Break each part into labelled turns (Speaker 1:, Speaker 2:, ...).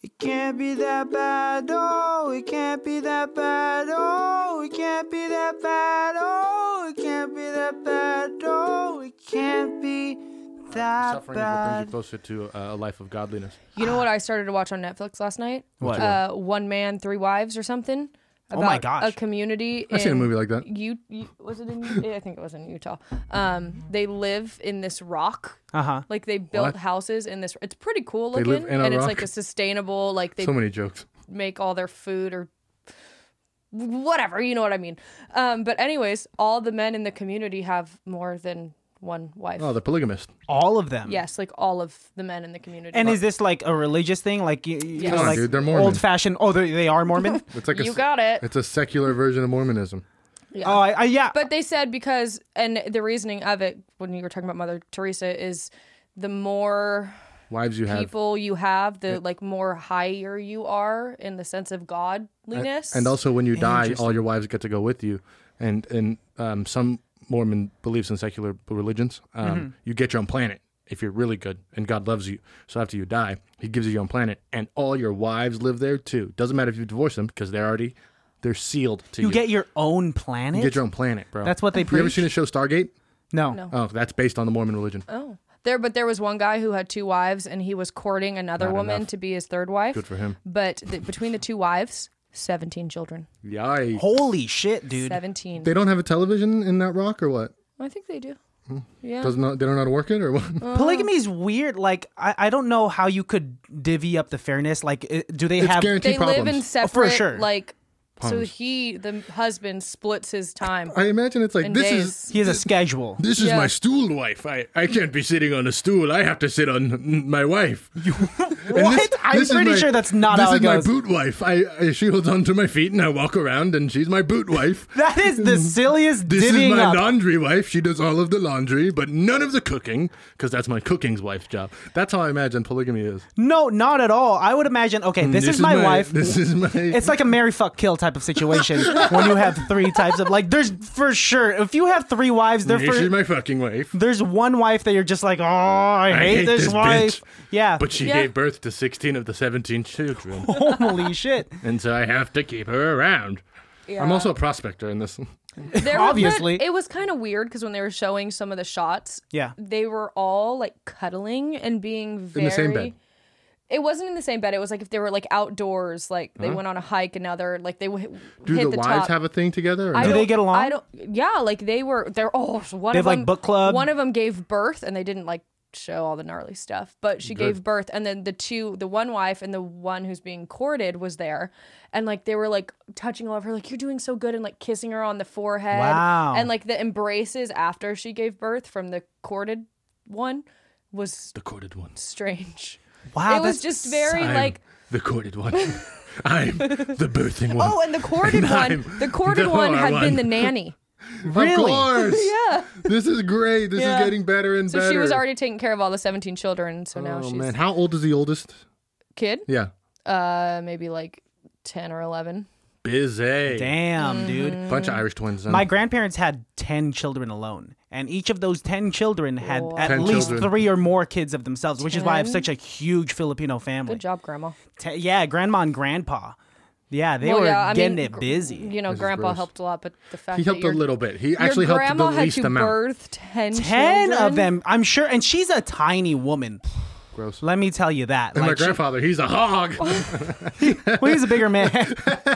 Speaker 1: It can't be that bad, oh, it can't be that bad, oh, it can't be that bad, oh, it can't be that bad, oh, it can't be that
Speaker 2: Suffering is what brings
Speaker 1: bad.
Speaker 2: you closer to uh, a life of godliness.
Speaker 3: You know what I started to watch on Netflix last night?
Speaker 4: What?
Speaker 3: Uh, One Man, Three Wives or something.
Speaker 4: Oh my
Speaker 3: about
Speaker 4: gosh.
Speaker 3: A community.
Speaker 2: I've seen a
Speaker 3: in
Speaker 2: movie like that.
Speaker 3: U- U- was it in? U- I think it was in Utah. Um, they live in this rock.
Speaker 4: Uh huh.
Speaker 3: Like they built
Speaker 2: What?
Speaker 3: houses in this. It's pretty cool
Speaker 2: They
Speaker 3: looking,
Speaker 2: live in a
Speaker 3: and it's
Speaker 2: rock?
Speaker 3: like a sustainable. Like they
Speaker 2: So many jokes.
Speaker 3: make all their food or whatever you know what i mean um but anyways all the men in the community have more than one wife
Speaker 2: Oh, the polygamist.
Speaker 4: All of them.
Speaker 3: yes like all of the men in the community
Speaker 4: And is this like a religious thing? Like you, you
Speaker 3: Yes.
Speaker 4: know,
Speaker 3: Come on,
Speaker 4: like
Speaker 2: dude, they're Mormon.
Speaker 4: old fashioned. Oh, they they are Mormon.
Speaker 2: It's like a,
Speaker 3: you
Speaker 2: s-
Speaker 3: got it
Speaker 2: It's a secular version of Mormonism.
Speaker 3: yeah.
Speaker 4: oh, I, I, yeah.
Speaker 3: but they said because and the reasoning of it when you were talking about mother teresa is the more
Speaker 2: Wives you have,
Speaker 3: people you have the like more higher you are in the sense of godliness
Speaker 2: and also when you die, all
Speaker 4: Interesting.
Speaker 2: your wives get to go with you. And and um, some Mormon beliefs in secular religions, um,
Speaker 4: Mm-hmm.
Speaker 2: you get your own planet if you're really good and God loves you. So after you die, He gives you your own planet, and all your wives live there too. Doesn't matter if you divorce them because they're already they're sealed to you.
Speaker 4: you get your own planet.
Speaker 2: You get your own planet, bro.
Speaker 4: That's what they
Speaker 2: You ever
Speaker 4: preach.
Speaker 2: seen the show Stargate?
Speaker 4: no.
Speaker 3: No.
Speaker 2: Oh, that's based on the Mormon religion.
Speaker 3: Oh. There, but there was one guy who had two wives, and he was courting another
Speaker 2: Not
Speaker 3: woman
Speaker 2: enough.
Speaker 3: to be his third wife.
Speaker 2: Good for him.
Speaker 3: But th- between the two wives, seventeen children.
Speaker 2: Yikes.
Speaker 4: Holy shit, dude.
Speaker 3: Seventeen.
Speaker 2: They don't have a television in that rock or what?
Speaker 3: I think they do. Yeah.
Speaker 2: Doesn't know- they don't know how to work it or what?
Speaker 4: Polygamy is weird. Like I, I don't know how you could divvy up the fairness. Like i- do they
Speaker 2: it's
Speaker 4: have?
Speaker 2: guaranteed
Speaker 3: they
Speaker 2: problems.
Speaker 3: live in separate,
Speaker 4: sure.
Speaker 3: like. So
Speaker 2: Homes.
Speaker 3: he, the husband, splits his time.
Speaker 2: I imagine it's like
Speaker 3: and
Speaker 2: this
Speaker 3: days.
Speaker 2: is
Speaker 4: He has a schedule.
Speaker 2: this is
Speaker 3: Yeah.
Speaker 2: my stool wife. I, I can't be sitting on a stool. I have to sit on my wife. what?
Speaker 4: What? I'm pretty sure that's not
Speaker 2: this
Speaker 4: how
Speaker 2: is
Speaker 4: it
Speaker 2: my
Speaker 4: goes.
Speaker 2: boot wife. I, I she holds onto my feet and I walk around and she's my boot wife.
Speaker 4: That is the silliest
Speaker 2: This is
Speaker 4: divvying
Speaker 2: my
Speaker 4: up.
Speaker 2: laundry wife. She does all of the laundry, but none of the cooking, because that's my cooking's wife's job. That's how I imagine polygamy is.
Speaker 4: no, not at all. I would imagine. Okay, this, is, my, wife.
Speaker 2: Mm, This is my.
Speaker 4: It's like a marry, fuck, kill type of situation when you have three types of like. There's for sure. If you have three wives, there
Speaker 2: this
Speaker 4: for
Speaker 2: is my fucking wife.
Speaker 4: there's one wife that you're just like, oh, I, hate,
Speaker 2: hate
Speaker 4: this,
Speaker 2: this
Speaker 4: wife.
Speaker 2: bitch.
Speaker 4: Yeah,
Speaker 2: But she
Speaker 3: Yeah.
Speaker 2: gave birth to 16 of the 17 children,
Speaker 4: holy shit.
Speaker 2: and so I have to keep her around. I'm also a prospector in this.
Speaker 3: There was-
Speaker 4: Obviously.
Speaker 3: but it was kind of weird because when they were showing some of the shots,
Speaker 4: Yeah.
Speaker 3: they were all like cuddling and being very.
Speaker 2: the same bed.
Speaker 3: It wasn't in the same bed. It was like if they were like outdoors, like they went on a hike, and another like they w-
Speaker 2: Do
Speaker 3: hit
Speaker 2: the,
Speaker 3: the
Speaker 2: wives
Speaker 3: top.
Speaker 2: have a thing together? Or
Speaker 3: I
Speaker 2: no?
Speaker 4: Do they
Speaker 3: don't-
Speaker 4: get along?
Speaker 3: I don't. Yeah, like they were. They're oh, so one
Speaker 4: They
Speaker 3: of
Speaker 4: have, like,
Speaker 3: them-
Speaker 4: book club?
Speaker 3: One of them gave birth, and they didn't like show all the gnarly stuff. But she gave birth, and then the two, the one wife and the one who's being courted, was there, and like they were like touching all of her, like you're doing so good, and like kissing her on the forehead.
Speaker 4: Wow.
Speaker 3: And like the embraces after she gave birth from the courted one was
Speaker 2: the courted ones.
Speaker 3: strange.
Speaker 4: Wow,
Speaker 3: it was
Speaker 4: that's
Speaker 3: just very
Speaker 2: I'm
Speaker 3: like.
Speaker 2: the courted one. I'm the birthing one.
Speaker 3: Oh, and the courted one,
Speaker 2: I'm
Speaker 3: the courted
Speaker 2: the
Speaker 3: one had
Speaker 2: one.
Speaker 3: been the nanny.
Speaker 2: Of
Speaker 4: really?
Speaker 2: course.
Speaker 3: Yeah.
Speaker 2: This is great. This
Speaker 3: Yeah.
Speaker 2: is getting better and
Speaker 3: So
Speaker 2: better.
Speaker 3: she was already taking care of all the 17 children. So now
Speaker 2: Oh
Speaker 3: she's
Speaker 2: man, how old is the oldest?
Speaker 3: kid,
Speaker 2: Yeah,
Speaker 3: uh, maybe like 10 or 11.
Speaker 2: busy.
Speaker 4: damn,
Speaker 3: Mm.
Speaker 4: dude.
Speaker 2: Bunch of Irish twins. Then.
Speaker 4: My grandparents had 10 children alone, and each of those 10 children had
Speaker 3: Wow.
Speaker 4: at
Speaker 2: 10
Speaker 4: least
Speaker 2: children.
Speaker 4: three or more kids of themselves, which is why I have such a huge Filipino family.
Speaker 3: Good job, Grandma.
Speaker 4: Te- yeah, grandma and grandpa. Yeah, they
Speaker 3: Well,
Speaker 4: were
Speaker 3: yeah, I
Speaker 4: getting
Speaker 3: mean,
Speaker 4: it
Speaker 3: gr-
Speaker 4: busy.
Speaker 3: You know,
Speaker 2: This is
Speaker 3: Grandpa
Speaker 2: gross.
Speaker 3: helped a lot, but the fact
Speaker 2: he helped
Speaker 3: that
Speaker 2: a
Speaker 3: your,
Speaker 2: little bit. He
Speaker 3: your
Speaker 2: actually helped the
Speaker 3: grandma had
Speaker 2: least
Speaker 3: to
Speaker 2: amount.
Speaker 3: birth 10
Speaker 4: Ten
Speaker 3: children.
Speaker 4: of them, I'm sure, and she's a tiny woman.
Speaker 2: Gross.
Speaker 4: Let me tell you that.
Speaker 2: And my
Speaker 4: she-
Speaker 2: grandfather, he's a hog.
Speaker 4: well, he's a bigger man.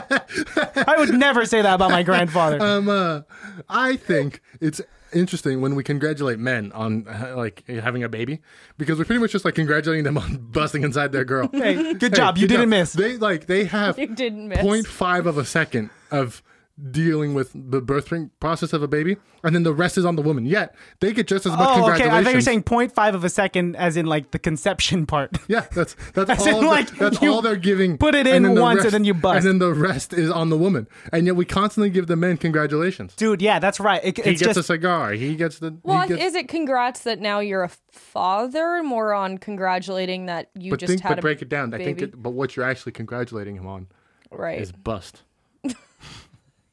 Speaker 4: I would never say that about my grandfather.
Speaker 2: Um, uh, I think it's interesting when we congratulate men on uh, like having a baby because we're pretty much just like congratulating them on busting inside their girl.
Speaker 4: hey, good job.
Speaker 2: Hey,
Speaker 4: you
Speaker 2: good
Speaker 4: didn't
Speaker 2: job.
Speaker 4: miss.
Speaker 2: They like they have
Speaker 3: You didn't miss.
Speaker 2: 0.5 of a second of dealing with the birthing process of a baby, and then the rest is on the woman. Yet they get just as much
Speaker 4: Oh, okay.
Speaker 2: congratulations.
Speaker 4: I thought you were saying 0.5 of a second, as in like the conception part.
Speaker 2: Yeah, that's that's
Speaker 4: As in,
Speaker 2: all. the-
Speaker 4: like,
Speaker 2: that's
Speaker 4: you
Speaker 2: all they're giving.
Speaker 4: put it
Speaker 2: and
Speaker 4: in
Speaker 2: then the
Speaker 4: once and
Speaker 2: rest-
Speaker 4: then you bust.
Speaker 2: And then the rest is on the woman. And yet we constantly give the men congratulations.
Speaker 4: Dude, yeah, that's right. It,
Speaker 2: He
Speaker 4: it's
Speaker 2: gets
Speaker 4: just
Speaker 2: a cigar. He gets the.
Speaker 3: Well,
Speaker 2: he gets,
Speaker 3: is it congrats that now you're a father? More on congratulating that you
Speaker 2: but
Speaker 3: just
Speaker 2: think,
Speaker 3: had
Speaker 2: but
Speaker 3: a
Speaker 2: break it down. I think,
Speaker 3: baby.
Speaker 2: it, but what you're actually congratulating him on
Speaker 3: right.
Speaker 2: is bust.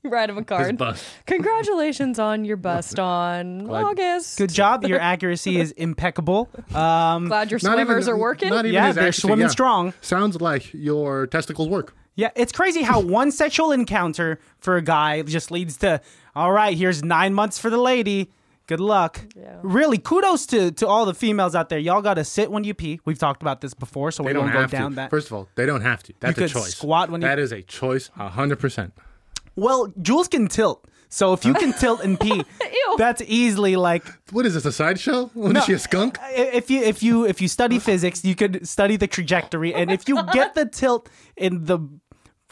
Speaker 3: Write him a card.
Speaker 2: bust.
Speaker 3: Congratulations on your bust on
Speaker 2: Glad-
Speaker 3: August.
Speaker 4: Good job. Your accuracy is impeccable. Um,
Speaker 3: Glad your
Speaker 2: Not even-
Speaker 3: swimmers are working.
Speaker 2: Not even
Speaker 4: Yeah,
Speaker 2: his
Speaker 4: they're
Speaker 2: accuracy,
Speaker 4: swimming
Speaker 2: yeah.
Speaker 4: strong.
Speaker 2: Sounds like your testicles work.
Speaker 4: yeah, it's crazy how one sexual encounter for a guy just leads to, all right, here's nine months for the lady. Good luck.
Speaker 3: Yeah.
Speaker 4: Really, kudos to, to all the females out there. Y'all got to sit when you pee. We've talked about this before, so
Speaker 2: They
Speaker 4: we
Speaker 2: don't
Speaker 4: won't go
Speaker 2: have
Speaker 4: down
Speaker 2: to.
Speaker 4: that.
Speaker 2: First of all, they don't have to. That's a
Speaker 4: could
Speaker 2: choice.
Speaker 4: squat when you-
Speaker 2: That is a choice, hundred percent.
Speaker 4: well, Jules can tilt. So if you can tilt and pee,
Speaker 3: Ew.
Speaker 4: that's easily like
Speaker 2: What is this? A sideshow? What is she a skunk?
Speaker 4: I- if you if you if you study physics, you could study the trajectory, and if you get the tilt in the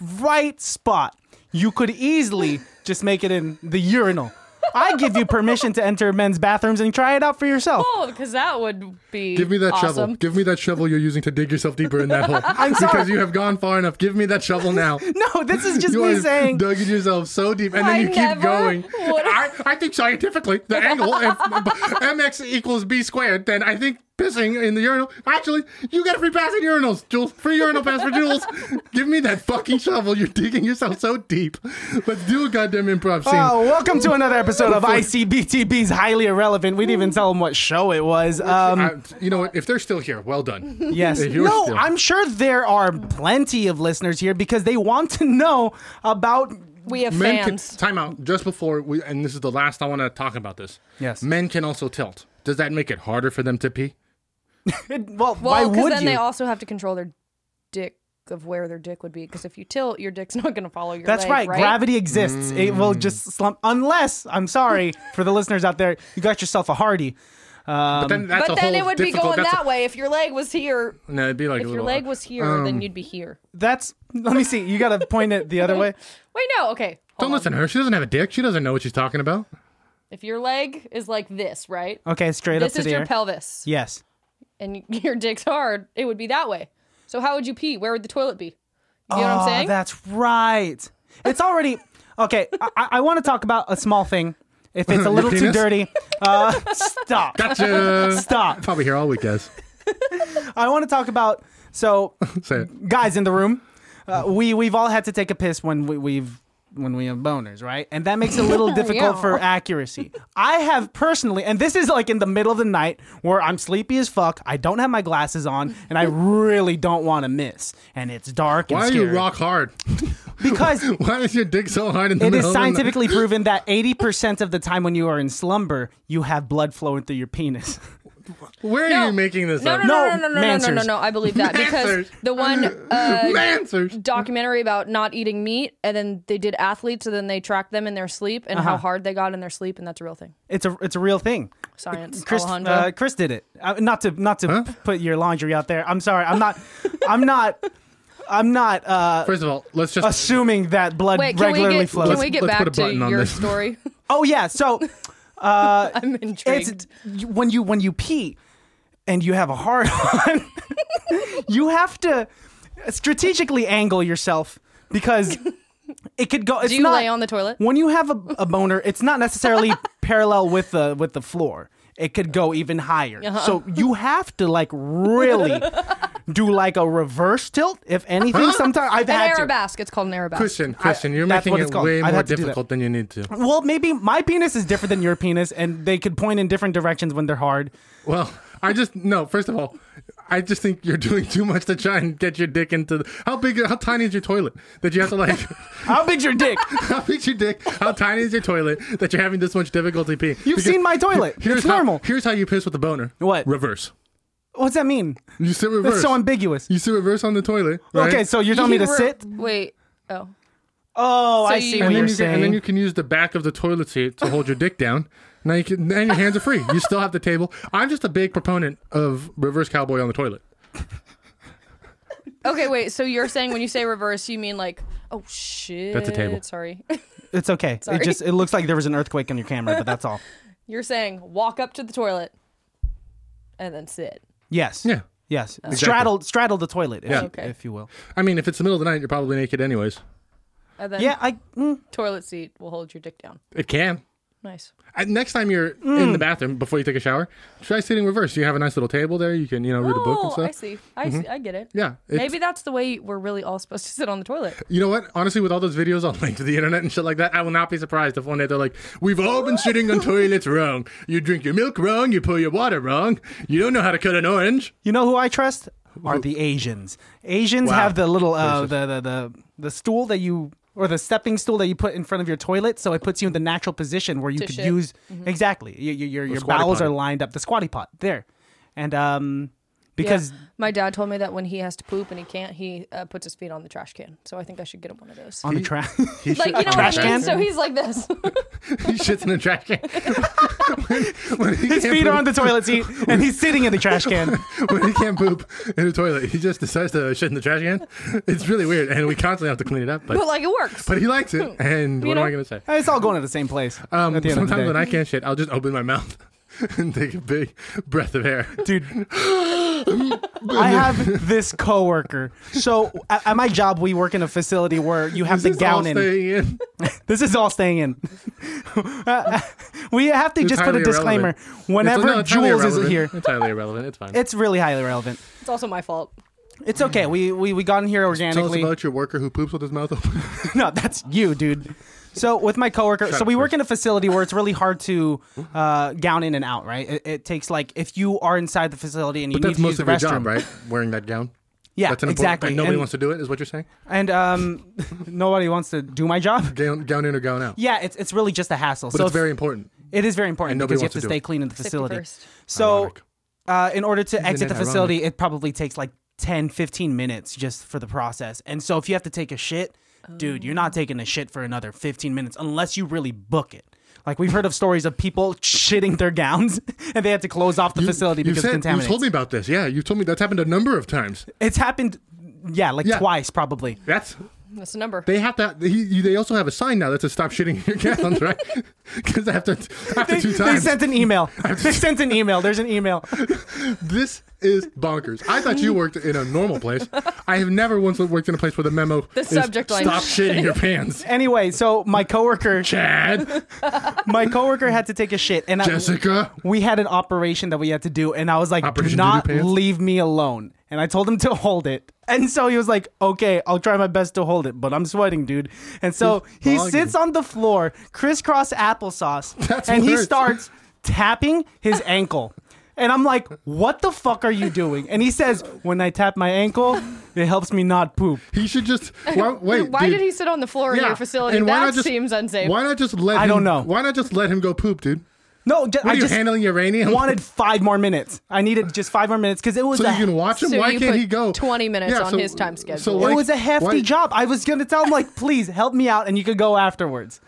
Speaker 4: right spot, you could easily just make it in the urinal. I give you permission to enter men's bathrooms and try it out for yourself.
Speaker 3: Oh, because that would be
Speaker 2: Give me that shovel.
Speaker 3: awesome.
Speaker 2: Give me that shovel you're using to dig yourself deeper in that hole.
Speaker 4: I'm sorry.
Speaker 2: Because you have gone far enough. Give me that shovel now.
Speaker 4: No, this is just
Speaker 2: you
Speaker 4: me
Speaker 2: are
Speaker 4: saying.
Speaker 2: dug yourself so deep, and then
Speaker 3: I
Speaker 2: you keep
Speaker 3: never
Speaker 2: going.
Speaker 3: would've-
Speaker 2: I, I think scientifically, the angle if mx equals b squared, then I think pissing in the urinal. Actually, you got a free pass in urinals, Jules. Free urinal pass for Jules. Give me that fucking shovel. You're digging yourself so deep. Let's do a goddamn improv scene.
Speaker 4: Oh, welcome to another episode of ICBTB's Highly Irrelevant. We didn't even tell them what show it was. Um,
Speaker 2: I- you know what? If they're still here, well done.
Speaker 4: Yes.
Speaker 2: If you're
Speaker 4: No,
Speaker 2: still-
Speaker 4: I'm sure there are plenty of listeners here because they want to know about.
Speaker 3: We have
Speaker 2: Men can,
Speaker 3: fans.
Speaker 2: time out. Just before we, and this is the last I want to talk about this.
Speaker 4: Yes.
Speaker 2: Men can also tilt. Does that make it harder for them to pee?
Speaker 4: Well, why
Speaker 3: well,
Speaker 4: would
Speaker 3: because then
Speaker 4: you?
Speaker 3: they also have to control their dick of where their dick would be. Because if you tilt, your dick's not going to follow your.
Speaker 4: That's
Speaker 3: leg,
Speaker 4: right.
Speaker 3: right.
Speaker 4: Gravity exists. It will just slump. Unless, I'm sorry for the listeners out there, you got yourself a Hardy.
Speaker 2: But then that's
Speaker 3: But
Speaker 2: a
Speaker 3: then
Speaker 2: whole
Speaker 3: it would be
Speaker 2: difficult-
Speaker 3: going
Speaker 2: that's a-
Speaker 3: that way. If your leg was here,
Speaker 2: No, it'd be like
Speaker 3: if
Speaker 2: a
Speaker 3: your
Speaker 2: little
Speaker 3: leg was here,
Speaker 2: Um,
Speaker 3: then you'd be here.
Speaker 4: That's. Let me see. You got to point it the other way.
Speaker 3: Wait, no. Okay.
Speaker 2: Don't
Speaker 3: Hold on.
Speaker 2: listen to her. She doesn't have a dick. She doesn't know what she's talking about.
Speaker 3: If your leg is like this, right?
Speaker 4: Okay, straight
Speaker 3: This
Speaker 4: up
Speaker 3: is
Speaker 4: to
Speaker 3: your
Speaker 4: there.
Speaker 3: pelvis,
Speaker 4: yes.
Speaker 3: and your dick's hard. It would be that way. So how would you pee? Where would the toilet be? You know what I'm
Speaker 4: Oh,
Speaker 3: saying?
Speaker 4: that's right. It's already okay. I, I- I want to talk about a small thing. If it's a little too
Speaker 2: penis?
Speaker 4: dirty, uh, stop.
Speaker 2: Gotcha.
Speaker 4: Stop.
Speaker 2: Probably here all week, guys.
Speaker 4: I want to talk about so
Speaker 2: Say it.
Speaker 4: guys in the room. Uh, we we've all had to take a piss when we, we've when we have boners, right? And that makes it a little difficult
Speaker 3: Yeah.
Speaker 4: for accuracy. I have personally, and this is like in the middle of the night where I'm sleepy as fuck. I don't have my glasses on, and I really don't want to miss. And it's dark.
Speaker 2: Why
Speaker 4: and
Speaker 2: are you
Speaker 4: scary.
Speaker 2: rock hard?
Speaker 4: Because
Speaker 2: Why is your dick so hard in the
Speaker 4: it
Speaker 2: middle?
Speaker 4: is
Speaker 2: of the night?
Speaker 4: scientifically proven that 80% of the time when you are in slumber, you have blood flowing through your penis.
Speaker 2: Where are
Speaker 3: No.
Speaker 2: you making this
Speaker 3: No,
Speaker 2: up?
Speaker 3: no, no,
Speaker 4: No,
Speaker 3: no, no, no, no, no, no,
Speaker 4: Mansers.
Speaker 3: no. I believe that because
Speaker 2: Mansers.
Speaker 3: the one uh,
Speaker 2: Mansers.
Speaker 3: documentary about not eating meat, and then they did athletes, and then they tracked them in their sleep and
Speaker 4: Uh-huh.
Speaker 3: how hard they got in their sleep, and that's a real thing.
Speaker 4: It's a it's a real thing.
Speaker 3: Science,
Speaker 4: Chris,
Speaker 3: Alejandro.
Speaker 4: uh, Chris did it. Uh, not to not to put your laundry out there. I'm sorry. I'm not. I'm not. I'm not uh,
Speaker 2: First of all, let's just.
Speaker 4: assuming that blood
Speaker 3: Wait, can we
Speaker 4: regularly
Speaker 3: get
Speaker 4: flows.
Speaker 3: can we
Speaker 2: Let's-
Speaker 3: get
Speaker 2: let's put a
Speaker 3: back to
Speaker 2: button on
Speaker 3: your
Speaker 2: this.
Speaker 3: story?
Speaker 4: oh yeah. So
Speaker 3: I'm intrigued.
Speaker 4: it's when you when you pee and you have a hard on, you have to strategically angle yourself because it could go. It's
Speaker 3: Do you
Speaker 4: not,
Speaker 3: lay on the toilet?
Speaker 4: when you have a, a boner, it's not necessarily parallel with the with the floor. It could go even higher.
Speaker 3: Uh-huh.
Speaker 4: So you have to like really do like a reverse tilt, if anything. Sometimes I've
Speaker 3: An
Speaker 4: had to.
Speaker 3: arabesque. It's called an arabesque.
Speaker 2: Christian, Christian, you're
Speaker 4: that's
Speaker 2: making
Speaker 4: what it's
Speaker 2: it
Speaker 4: called.
Speaker 2: way
Speaker 4: I'd
Speaker 2: more
Speaker 4: have to do that.
Speaker 2: difficult than you need to.
Speaker 4: Well, maybe my penis is different than your penis, and they could point in different directions when they're hard.
Speaker 2: Well, I just no. First of all, I just think you're doing too much to try and get your dick into. The, how big? How tiny is your toilet that you have to like?
Speaker 4: How big's your dick?
Speaker 2: how big's your dick? How tiny is your toilet that you're having this much difficulty peeing?
Speaker 4: You've seen my toilet.
Speaker 2: Here's
Speaker 4: It's
Speaker 2: how-
Speaker 4: normal.
Speaker 2: here's how you piss with the boner.
Speaker 4: What?
Speaker 2: Reverse.
Speaker 4: What's that mean?
Speaker 2: You sit reverse.
Speaker 4: That's so ambiguous.
Speaker 2: you sit reverse on the toilet. right?
Speaker 4: Okay, so you're telling me
Speaker 3: You
Speaker 4: to
Speaker 3: were-
Speaker 4: sit?
Speaker 3: Wait. Oh.
Speaker 4: Oh, I
Speaker 3: So
Speaker 4: see
Speaker 3: you-
Speaker 4: what
Speaker 2: and
Speaker 4: you're
Speaker 2: then you
Speaker 4: saying.
Speaker 2: can, and then you can use the back of the toilet seat to hold your dick down. Now you can. Now your hands are free. You still have the table. I'm just a big proponent of reverse cowboy on the toilet.
Speaker 3: Okay, wait. So you're saying when you say reverse, you mean like, oh shit.
Speaker 2: That's a table.
Speaker 3: Sorry.
Speaker 4: it's okay. It just it looks like there was an earthquake on your camera, but that's all.
Speaker 3: you're saying walk up to the toilet and then sit.
Speaker 4: Yes.
Speaker 2: Yeah.
Speaker 4: Yes. Straddle straddle the toilet, if,
Speaker 2: Yeah.
Speaker 4: you,
Speaker 3: Okay.
Speaker 4: if you will.
Speaker 2: I mean, if it's the middle of the night, you're probably naked anyways.
Speaker 3: And then
Speaker 4: Yeah, I mm,
Speaker 3: toilet seat will hold your dick down.
Speaker 2: It can.
Speaker 5: Nice.
Speaker 2: Uh, Next time you're in
Speaker 4: Mm.
Speaker 2: the bathroom before you take a shower, try sitting reverse. You have a nice little table there. You can, you know, read a book and
Speaker 5: Oh,
Speaker 2: stuff. Mm-hmm.
Speaker 5: I see. I see. I get it.
Speaker 2: Yeah. it's-
Speaker 5: Maybe that's the way we're really all supposed to sit on the toilet.
Speaker 2: You know what? Honestly, with all those videos on like to the internet and shit like that, I will not be surprised if one day they're like, "We've all been sitting on toilets wrong. You drink your milk wrong. You pour your water wrong. You don't know how to cut an orange."
Speaker 4: You know who I trust are the Asians. Asians
Speaker 2: Wow.
Speaker 4: have the little uh, the, the the the stool that you or the stepping stool that you put in front of your toilet, so it puts you in the natural position where you
Speaker 5: To
Speaker 4: could
Speaker 5: Mm-hmm. shit.
Speaker 4: use exactly your your, your, your
Speaker 2: squatty
Speaker 4: bowels
Speaker 2: potty.
Speaker 4: are lined up. The squatty pot there, and um
Speaker 5: Yeah.
Speaker 4: because
Speaker 5: my dad told me that when he has to poop and he can't, he uh, puts his feet on the trash can. So I think I should get him one of those.
Speaker 4: on the track.
Speaker 5: like you know
Speaker 4: trash
Speaker 5: what I mean?
Speaker 4: can?
Speaker 5: So he's like this.
Speaker 2: he shits in the trash can. when, when he
Speaker 4: His
Speaker 2: can't
Speaker 4: feet are on
Speaker 2: poop-
Speaker 4: the toilet seat, and he's sitting in the trash can.
Speaker 2: when he can't poop in the toilet, he just decides to shit in the trash can. It's really weird, and we constantly have to clean it up. But
Speaker 5: but like it works.
Speaker 2: but he likes it. And what am I
Speaker 5: know?
Speaker 2: gonna say?
Speaker 4: It's all going to the same place.
Speaker 2: Um,
Speaker 4: at the end of the
Speaker 2: sometimes
Speaker 4: day.
Speaker 2: when I can't shit, I'll just open my mouth and take a big breath of air.
Speaker 4: dude. I have this coworker. So at, at my job, we work in a facility where you have the
Speaker 2: This is all
Speaker 4: gown in.
Speaker 2: staying in.
Speaker 4: This is all staying in. we have to just put a
Speaker 2: highly
Speaker 4: disclaimer.
Speaker 2: irrelevant.
Speaker 4: Whenever
Speaker 2: It's- no, it's highly
Speaker 4: Jules is
Speaker 2: irrelevant.
Speaker 4: here,
Speaker 2: Entirely irrelevant. It's fine.
Speaker 4: it's really highly relevant.
Speaker 5: it's also my fault.
Speaker 4: It's okay. We we, we got in here
Speaker 2: Tell Mm. us
Speaker 4: organically.
Speaker 2: about your worker who poops with his mouth open.
Speaker 4: no, that's you, dude. So with my coworker, so
Speaker 2: up,
Speaker 4: we work in a facility where it's really hard to uh, gown in and out, right? It, it takes like if you are inside the facility and you need
Speaker 2: That's
Speaker 4: to use
Speaker 2: most
Speaker 4: the
Speaker 2: of your
Speaker 4: restroom,
Speaker 2: job, right? Wearing that gown.
Speaker 4: Yeah,
Speaker 2: That's an important-
Speaker 4: exactly.
Speaker 2: and nobody
Speaker 4: And-
Speaker 2: wants to do it, is what you're saying?
Speaker 4: and um, nobody wants to do my job.
Speaker 2: Gown, gown in or gown out.
Speaker 4: Yeah, it's it's really just a hassle.
Speaker 2: but
Speaker 4: so
Speaker 2: it's very important.
Speaker 4: it is very important
Speaker 2: and nobody
Speaker 4: because you have
Speaker 2: wants
Speaker 4: to,
Speaker 2: to do
Speaker 4: stay
Speaker 2: it.
Speaker 4: clean in the facility.
Speaker 5: first.
Speaker 4: So,
Speaker 2: Ironic.
Speaker 4: uh, in order to exit
Speaker 2: it
Speaker 4: the facility, it probably takes like 10, 15 minutes just for the process. And so, if you have to take a shit, dude, you're not taking a shit for another 15 minutes unless you really book it. Like we've heard of stories of people shitting their gowns and they had to close off the facility
Speaker 2: you
Speaker 4: because
Speaker 2: said,
Speaker 4: of
Speaker 2: you told
Speaker 4: contaminants.
Speaker 2: me about this. Yeah, you told me that's happened a number of times.
Speaker 4: it's happened, yeah, like
Speaker 2: Yeah.
Speaker 4: twice probably.
Speaker 2: That's
Speaker 5: That's the number.
Speaker 2: they have to. He, you- they also have a sign now that says "Stop shitting in your gowns," right? Because after after
Speaker 4: They,
Speaker 2: two
Speaker 4: they
Speaker 2: times,
Speaker 4: sent an email. they sent an email. There's an email.
Speaker 2: this is bonkers. I thought you worked in a normal place. I have never once worked in a place where the memo the
Speaker 5: subject line-
Speaker 2: "Stop shitting your pants."
Speaker 4: Anyway, so my coworker,
Speaker 2: Chad,
Speaker 4: my coworker had to take a shit, and I,
Speaker 2: Jessica,
Speaker 4: we had an operation that we had to do, and I was like,
Speaker 2: Operation
Speaker 4: "Do not
Speaker 2: Doo Doo Pants?
Speaker 4: leave me alone." And I told him to hold it, and so he was like, "Okay, I'll try my best to hold it, but I'm sweating, dude." And so he
Speaker 2: bogging.
Speaker 4: sits on the floor, crisscross applesauce,
Speaker 2: That's
Speaker 4: and he
Speaker 2: worse.
Speaker 4: starts tapping his ankle. And I'm like, "What the fuck are you doing?" And he says, "When I tap my ankle, it helps me not poop."
Speaker 2: He should just why, wait.
Speaker 5: why
Speaker 2: dude.
Speaker 5: did he sit on the floor in your facility?
Speaker 2: and why
Speaker 5: That
Speaker 2: not just-
Speaker 5: seems unsafe.
Speaker 2: Why not just let?
Speaker 4: I
Speaker 2: him,
Speaker 4: don't know.
Speaker 2: Why not just let him go poop, dude?
Speaker 4: No, ju-
Speaker 2: What
Speaker 4: I
Speaker 2: are you
Speaker 4: just
Speaker 2: handling uranium?
Speaker 4: wanted five more minutes. I needed just five more minutes because it was
Speaker 2: so
Speaker 4: a
Speaker 2: you can watch him.
Speaker 5: So
Speaker 2: why
Speaker 5: you
Speaker 2: can't
Speaker 5: put
Speaker 2: he go?
Speaker 5: 20 minutes on his time
Speaker 2: So
Speaker 5: schedule.
Speaker 2: like,
Speaker 4: it was a hefty
Speaker 2: why-
Speaker 4: job. I was gonna tell him like, please help me out, and you could go afterwards.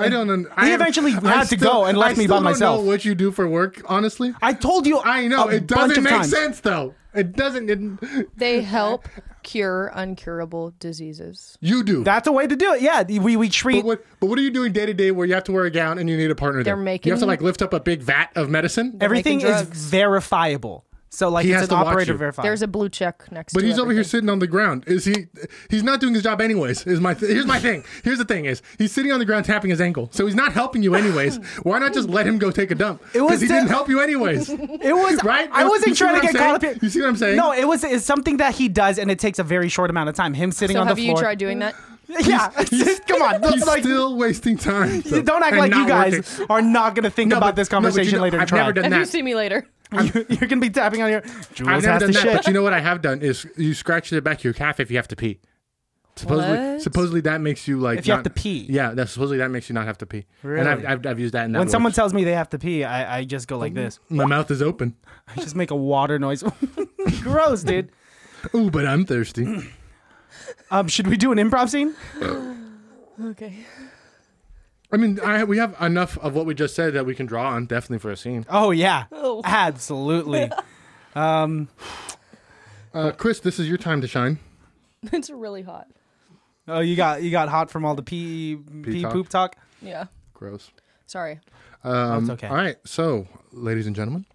Speaker 2: I don't. un- I
Speaker 4: He
Speaker 2: have-
Speaker 4: eventually
Speaker 2: I
Speaker 4: had to
Speaker 2: still-
Speaker 4: go and
Speaker 2: I
Speaker 4: left me by
Speaker 2: still don't
Speaker 4: myself.
Speaker 2: Know what you do for work, honestly?
Speaker 4: I told you.
Speaker 2: I know
Speaker 4: a
Speaker 2: it
Speaker 4: bunch
Speaker 2: doesn't
Speaker 4: of
Speaker 2: make
Speaker 4: times.
Speaker 2: sense though. It doesn't. It,
Speaker 5: they help cure uncurable diseases.
Speaker 2: you do.
Speaker 4: That's a way to do it. Yeah, we we treat.
Speaker 2: But what, but what are you doing day to day where you have to wear a gown and you need a partner?
Speaker 5: They're
Speaker 2: there?
Speaker 5: making-
Speaker 2: You have to like lift up a big vat of medicine.
Speaker 4: everything
Speaker 5: making
Speaker 4: is
Speaker 5: drugs.
Speaker 4: verifiable. So like,
Speaker 2: He
Speaker 4: it's
Speaker 2: has
Speaker 4: an
Speaker 2: to watch
Speaker 4: operator
Speaker 2: you.
Speaker 4: verified.
Speaker 5: There's a blue check next
Speaker 2: But
Speaker 5: to
Speaker 2: he's over here
Speaker 5: everything.
Speaker 2: sitting on the ground. Is he? He's not doing his job anyways. Is my th- here's my thing. Here's the thing is he's sitting on the ground tapping his ankle, so he's not helping you anyways. Why not just let him go take a dump?
Speaker 4: It was
Speaker 2: Because he
Speaker 4: to-
Speaker 2: didn't help you anyways.
Speaker 4: it was
Speaker 2: Right?
Speaker 4: I
Speaker 2: You
Speaker 4: wasn't
Speaker 2: see
Speaker 4: trying
Speaker 2: what
Speaker 4: to
Speaker 2: I'm
Speaker 4: get caught up
Speaker 2: saying?
Speaker 4: here.
Speaker 2: You see what I'm saying?
Speaker 4: No, it was it's something that he does, and it takes a very short amount of time. Him sitting
Speaker 5: So
Speaker 4: on
Speaker 5: have
Speaker 4: the
Speaker 5: you
Speaker 4: floor.
Speaker 5: tried doing that?
Speaker 4: yeah, come on.
Speaker 2: He's
Speaker 4: That's like,
Speaker 2: still wasting time. though,
Speaker 4: don't act
Speaker 2: and
Speaker 4: like
Speaker 2: not
Speaker 4: you guys
Speaker 2: working.
Speaker 4: are not going to think
Speaker 2: No,
Speaker 4: about
Speaker 2: but-
Speaker 4: this
Speaker 2: no, but you
Speaker 4: conversation
Speaker 2: know,
Speaker 4: later. and
Speaker 2: I've
Speaker 4: try
Speaker 2: never
Speaker 4: it.
Speaker 2: done
Speaker 5: If you
Speaker 2: that.
Speaker 5: see me later,
Speaker 4: you, you can be tapping on your.
Speaker 2: I've
Speaker 4: Jules
Speaker 2: never
Speaker 4: has
Speaker 2: done
Speaker 4: to
Speaker 2: that,
Speaker 4: shit.
Speaker 2: but you know what I have done is you scratch the back of your calf if you have to pee. Supposedly,
Speaker 5: What?
Speaker 2: supposedly that makes you like.
Speaker 4: If you have
Speaker 2: not-
Speaker 4: to pee.
Speaker 2: yeah. That supposedly that makes you not have to pee. And I've,
Speaker 4: Really?
Speaker 2: I've, I've used that. In that
Speaker 4: when
Speaker 2: works.
Speaker 4: someone tells me they have to pee, I, I just go like this.
Speaker 2: my mouth is open.
Speaker 4: I just make a water noise. Gross, dude.
Speaker 2: Ooh, but I'm thirsty.
Speaker 4: Um, should we do an improv scene?
Speaker 5: okay.
Speaker 2: I mean, I, we have enough of what we just said that we can draw on definitely for a scene.
Speaker 4: Oh yeah,
Speaker 5: Oh.
Speaker 4: absolutely.
Speaker 2: Uh, Chris, this is your time to shine.
Speaker 5: It's really hot.
Speaker 4: Oh, you got you got hot from all the pee pee,
Speaker 2: talk.
Speaker 4: poop talk.
Speaker 5: Yeah.
Speaker 2: Gross.
Speaker 5: Sorry.
Speaker 2: Um,
Speaker 4: Oh, it's okay.
Speaker 2: All right. So, ladies and gentlemen,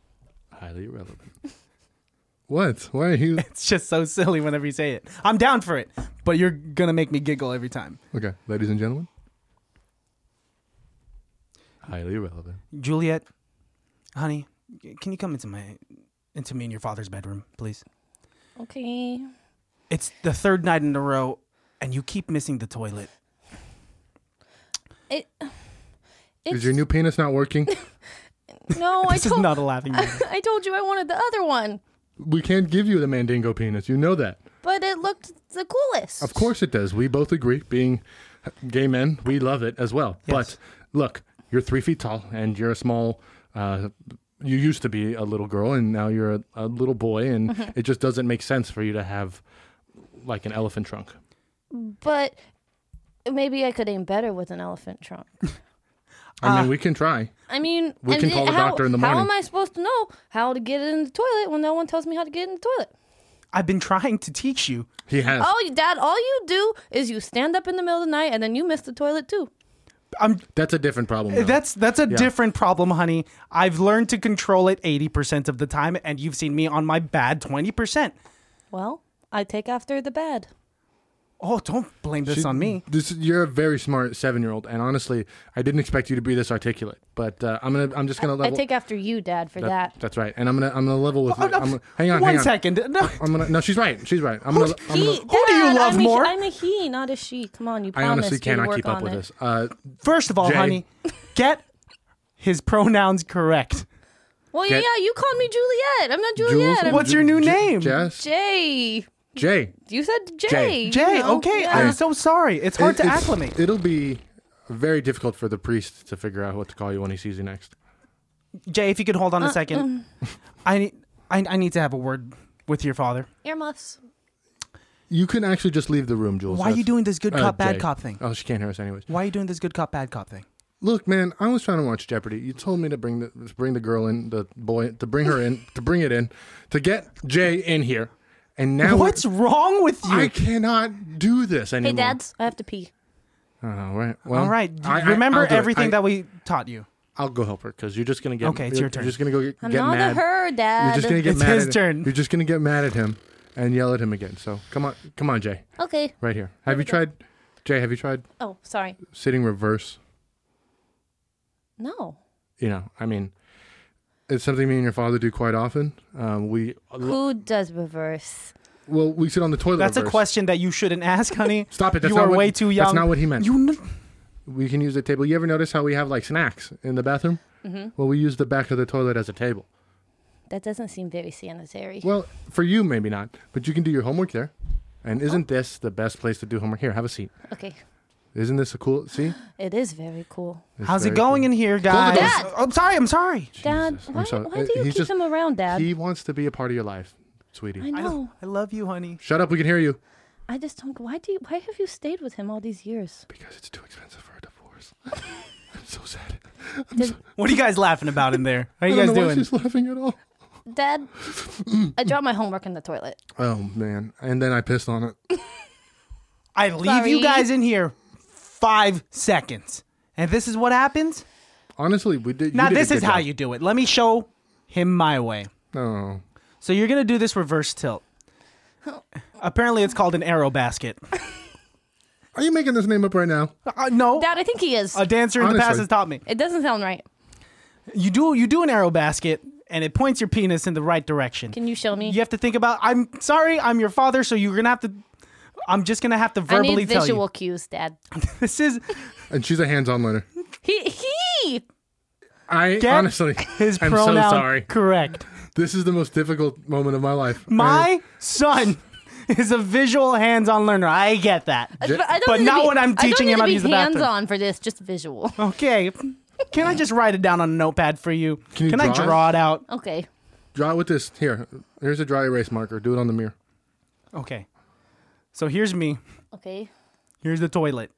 Speaker 2: highly irrelevant. what? Why are you?
Speaker 4: It's just so silly whenever you say it. I'm down for it, but you're gonna make me giggle every time.
Speaker 2: Okay, ladies and gentlemen. Highly irrelevant.
Speaker 4: Juliet, honey, can you come into my into me in your father's bedroom, please?
Speaker 3: Okay.
Speaker 4: It's the third night in a row, and you keep missing the toilet.
Speaker 3: It.
Speaker 2: Is your new penis not working?
Speaker 3: no, Oh, I
Speaker 4: This is
Speaker 3: told
Speaker 4: not a laughing matter.
Speaker 3: I told you I wanted the other one,
Speaker 2: we can't give you the Mandingo penis. You know that.
Speaker 3: but it looked the coolest.
Speaker 2: Of course it does. We both agree. Being gay men, we love it as well.
Speaker 4: Yes.
Speaker 2: But look, you're three feet tall and you're a small. Uh, you used to be a little girl and now you're a, a little boy, and
Speaker 4: Mm-hmm.
Speaker 2: it just doesn't make sense for you to have like an elephant trunk.
Speaker 3: But maybe I could aim better with an elephant trunk.
Speaker 4: Ah.
Speaker 2: I mean, we can try.
Speaker 3: I mean,
Speaker 2: We
Speaker 3: and
Speaker 2: can
Speaker 3: it-
Speaker 2: call the
Speaker 3: how,
Speaker 2: doctor in the
Speaker 3: How
Speaker 2: morning.
Speaker 3: am I supposed to know how to get it in the toilet when no one tells me how to get it in the toilet?
Speaker 4: I've been trying to teach you.
Speaker 2: He has.
Speaker 3: Oh, you- Dad, all you do is you stand up in the middle of the night and then you miss the toilet too.
Speaker 4: I'm
Speaker 2: That's a different problem. though.
Speaker 4: That's that's a different problem, honey. I've learned to control it 80% of the time and you've seen me on my bad 20%.
Speaker 3: Well, I take after the bad.
Speaker 4: Oh, don't blame this
Speaker 2: She-
Speaker 4: on me.
Speaker 2: This, you're a very smart seven-year-old, and honestly, I didn't expect you to be this articulate. But uh, I'm gonna, I'm just gonna
Speaker 3: I
Speaker 2: level.
Speaker 3: take after you, Dad, for
Speaker 2: that-
Speaker 3: that.
Speaker 2: That's right, and I'm gonna, I'm gonna level with.
Speaker 4: Oh,
Speaker 2: I'm,
Speaker 4: no,
Speaker 2: gonna- hang on,
Speaker 4: one
Speaker 2: hang on.
Speaker 4: second. No.
Speaker 2: I'm gonna. No, she's right. She's right. I'm gonna. I'm
Speaker 3: He,
Speaker 2: gonna
Speaker 4: Who do you
Speaker 3: Dad,
Speaker 4: love
Speaker 3: I'm a,
Speaker 4: more?
Speaker 3: He, I'm a he, not a she. Come on, you
Speaker 2: I
Speaker 3: promised
Speaker 2: honestly
Speaker 3: you'd
Speaker 2: cannot
Speaker 3: work
Speaker 2: keep up
Speaker 3: on
Speaker 2: with
Speaker 3: it.
Speaker 2: this. Uh,
Speaker 4: First of all,
Speaker 2: Jay.
Speaker 4: honey, get his pronouns correct.
Speaker 3: Well,
Speaker 2: Get-
Speaker 3: yeah, you called me Juliet. I'm not Juliet.
Speaker 2: Jules-
Speaker 3: I'm
Speaker 4: What's your new name?
Speaker 2: Jess,
Speaker 3: Jay.
Speaker 2: Jay.
Speaker 3: You said Jay.
Speaker 2: Jay.
Speaker 4: Jay.
Speaker 3: you know?
Speaker 4: okay,
Speaker 3: Yeah.
Speaker 4: I'm so sorry. It's hard
Speaker 2: It-
Speaker 4: to
Speaker 2: it's-
Speaker 4: acclimate.
Speaker 2: It'll be very difficult for the priest to figure out what to call you when he sees you next.
Speaker 4: Jay, if you could hold on a
Speaker 3: Uh,
Speaker 4: second. I need I, I need to have a word with your father.
Speaker 3: Earmuffs.
Speaker 2: You can actually just leave the room, Jules.
Speaker 4: Why are you
Speaker 2: That's-
Speaker 4: doing this good
Speaker 2: uh,
Speaker 4: cop bad
Speaker 2: Jay.
Speaker 4: cop thing?
Speaker 2: Oh, she can't hear us anyways.
Speaker 4: Why are you doing this good cop bad cop thing?
Speaker 2: Look, man, I was trying to watch Jeopardy. You told me to bring the bring the girl in, the boy, to bring her in, to bring it in, to get Jay in here, and now we're-
Speaker 4: What's wrong with you?
Speaker 2: I cannot do this
Speaker 3: Hey,
Speaker 2: anymore.
Speaker 3: Dads, I have to pee.
Speaker 2: Oh, all right. Well,
Speaker 4: All right.
Speaker 2: I- I-
Speaker 4: Remember
Speaker 2: I'll do it.
Speaker 4: everything
Speaker 2: I-
Speaker 4: that we taught you.
Speaker 2: I'll go help her because you're just gonna get.
Speaker 4: Okay, it's
Speaker 2: you're,
Speaker 4: your turn.
Speaker 2: You're just gonna go get,
Speaker 3: I'm
Speaker 2: get
Speaker 3: not
Speaker 2: mad.
Speaker 3: a her, Dad.
Speaker 2: You're just gonna get
Speaker 4: It's
Speaker 2: mad.
Speaker 4: his
Speaker 2: at him.
Speaker 4: turn.
Speaker 2: You're just gonna get mad at him and yell at him again. So come on, come on, Jay,
Speaker 3: Okay.
Speaker 2: right here. Have you
Speaker 3: we go.
Speaker 2: tried, Jay? Have you tried
Speaker 3: Oh, sorry.
Speaker 2: sitting reverse?
Speaker 3: No.
Speaker 2: You know, I mean, it's something me and your father do quite often. Um, we
Speaker 3: Who does reverse?
Speaker 2: well, we sit on the toilet.
Speaker 4: That's a
Speaker 2: reverse.
Speaker 4: question that you shouldn't ask, honey.
Speaker 2: Stop it. That's
Speaker 4: you
Speaker 2: not
Speaker 4: are
Speaker 2: what-
Speaker 4: way too young.
Speaker 2: That's not what he meant.
Speaker 4: You kn-
Speaker 2: we can use the table. You ever notice how we have like snacks in the bathroom? Mm-hmm. Well, we use the back of the toilet as a table.
Speaker 3: That doesn't seem very sanitary.
Speaker 2: Well, for you maybe not, but you can do your homework there. And
Speaker 4: Oh.
Speaker 2: isn't this the best place to do homework? Here, have a seat.
Speaker 3: Okay.
Speaker 2: Isn't this a cool? See,
Speaker 3: It is very cool.
Speaker 2: It's
Speaker 4: How's it
Speaker 2: very
Speaker 4: going in
Speaker 2: cool.
Speaker 4: here, guys? Oh,
Speaker 3: Dad!
Speaker 4: I'm sorry. I'm sorry.
Speaker 3: Dad,
Speaker 2: Jesus, I'm
Speaker 3: why,
Speaker 2: sorry. Uh,
Speaker 3: why do you
Speaker 2: He's
Speaker 3: keep
Speaker 2: just-
Speaker 3: him around, Dad?
Speaker 2: He wants to be a part of your life,
Speaker 3: I
Speaker 2: sweetie.
Speaker 4: I, lo-
Speaker 3: know.
Speaker 4: I love you, honey.
Speaker 2: Shut up. We can hear you.
Speaker 3: I just don't. Why do you? Why have you stayed with him all these years?
Speaker 2: Because it's too expensive for a divorce. I'm so sad.
Speaker 3: Did,
Speaker 4: What are you guys laughing about in there? How are you guys
Speaker 2: I don't know why
Speaker 4: doing?
Speaker 2: she's laughing at all.
Speaker 3: Dad, I dropped my homework in the toilet.
Speaker 2: Oh man! And then I pissed on it.
Speaker 4: I leave you
Speaker 3: Sorry.
Speaker 4: guys in here five seconds, and this is what happens.
Speaker 2: Honestly, we did. you
Speaker 4: now
Speaker 2: did a
Speaker 4: this is
Speaker 2: good
Speaker 4: how
Speaker 2: job. Oh.
Speaker 4: you do it. Let me show him my way.
Speaker 2: No.
Speaker 4: So you're gonna do this reverse tilt. Apparently, it's called an arrow basket.
Speaker 2: Are you making this name up right now?
Speaker 4: Uh, no,
Speaker 3: Dad, I think he is.
Speaker 4: a dancer in the past
Speaker 2: Honestly.
Speaker 4: has taught me.
Speaker 3: it doesn't sound right.
Speaker 4: You do you do an arrow basket and it points your penis in the right direction.
Speaker 3: Can you show me?
Speaker 4: you have to think about I'm sorry, I'm your father, so you're gonna have to I'm just gonna have to
Speaker 3: I
Speaker 4: verbally
Speaker 3: need
Speaker 4: tell
Speaker 3: visual cues, Dad.
Speaker 4: you. This is
Speaker 2: And she's a hands-on learner.
Speaker 3: He he.
Speaker 2: I
Speaker 4: Get
Speaker 2: honestly,
Speaker 4: his
Speaker 2: I'm so
Speaker 4: pronoun
Speaker 2: sorry.
Speaker 4: correct.
Speaker 2: This is the most difficult moment of my life.
Speaker 4: My son is a visual hands-on learner. I get that.
Speaker 2: J-
Speaker 3: But, I don't
Speaker 4: But
Speaker 3: need to
Speaker 4: not
Speaker 3: be-
Speaker 4: when I'm
Speaker 3: I don't
Speaker 4: teaching
Speaker 3: need
Speaker 4: him
Speaker 3: to
Speaker 4: how to
Speaker 3: be
Speaker 4: use the bathroom.
Speaker 3: hands on for this, just visual.
Speaker 4: Okay. Can I just write it down on a notepad for you?
Speaker 2: Can you
Speaker 4: I
Speaker 2: draw it?
Speaker 4: draw it out?
Speaker 3: Okay.
Speaker 2: Draw it with this. Here, here's a dry erase marker. Do it on the mirror.
Speaker 4: Okay. So here's me.
Speaker 3: Okay.
Speaker 4: Here's the toilet.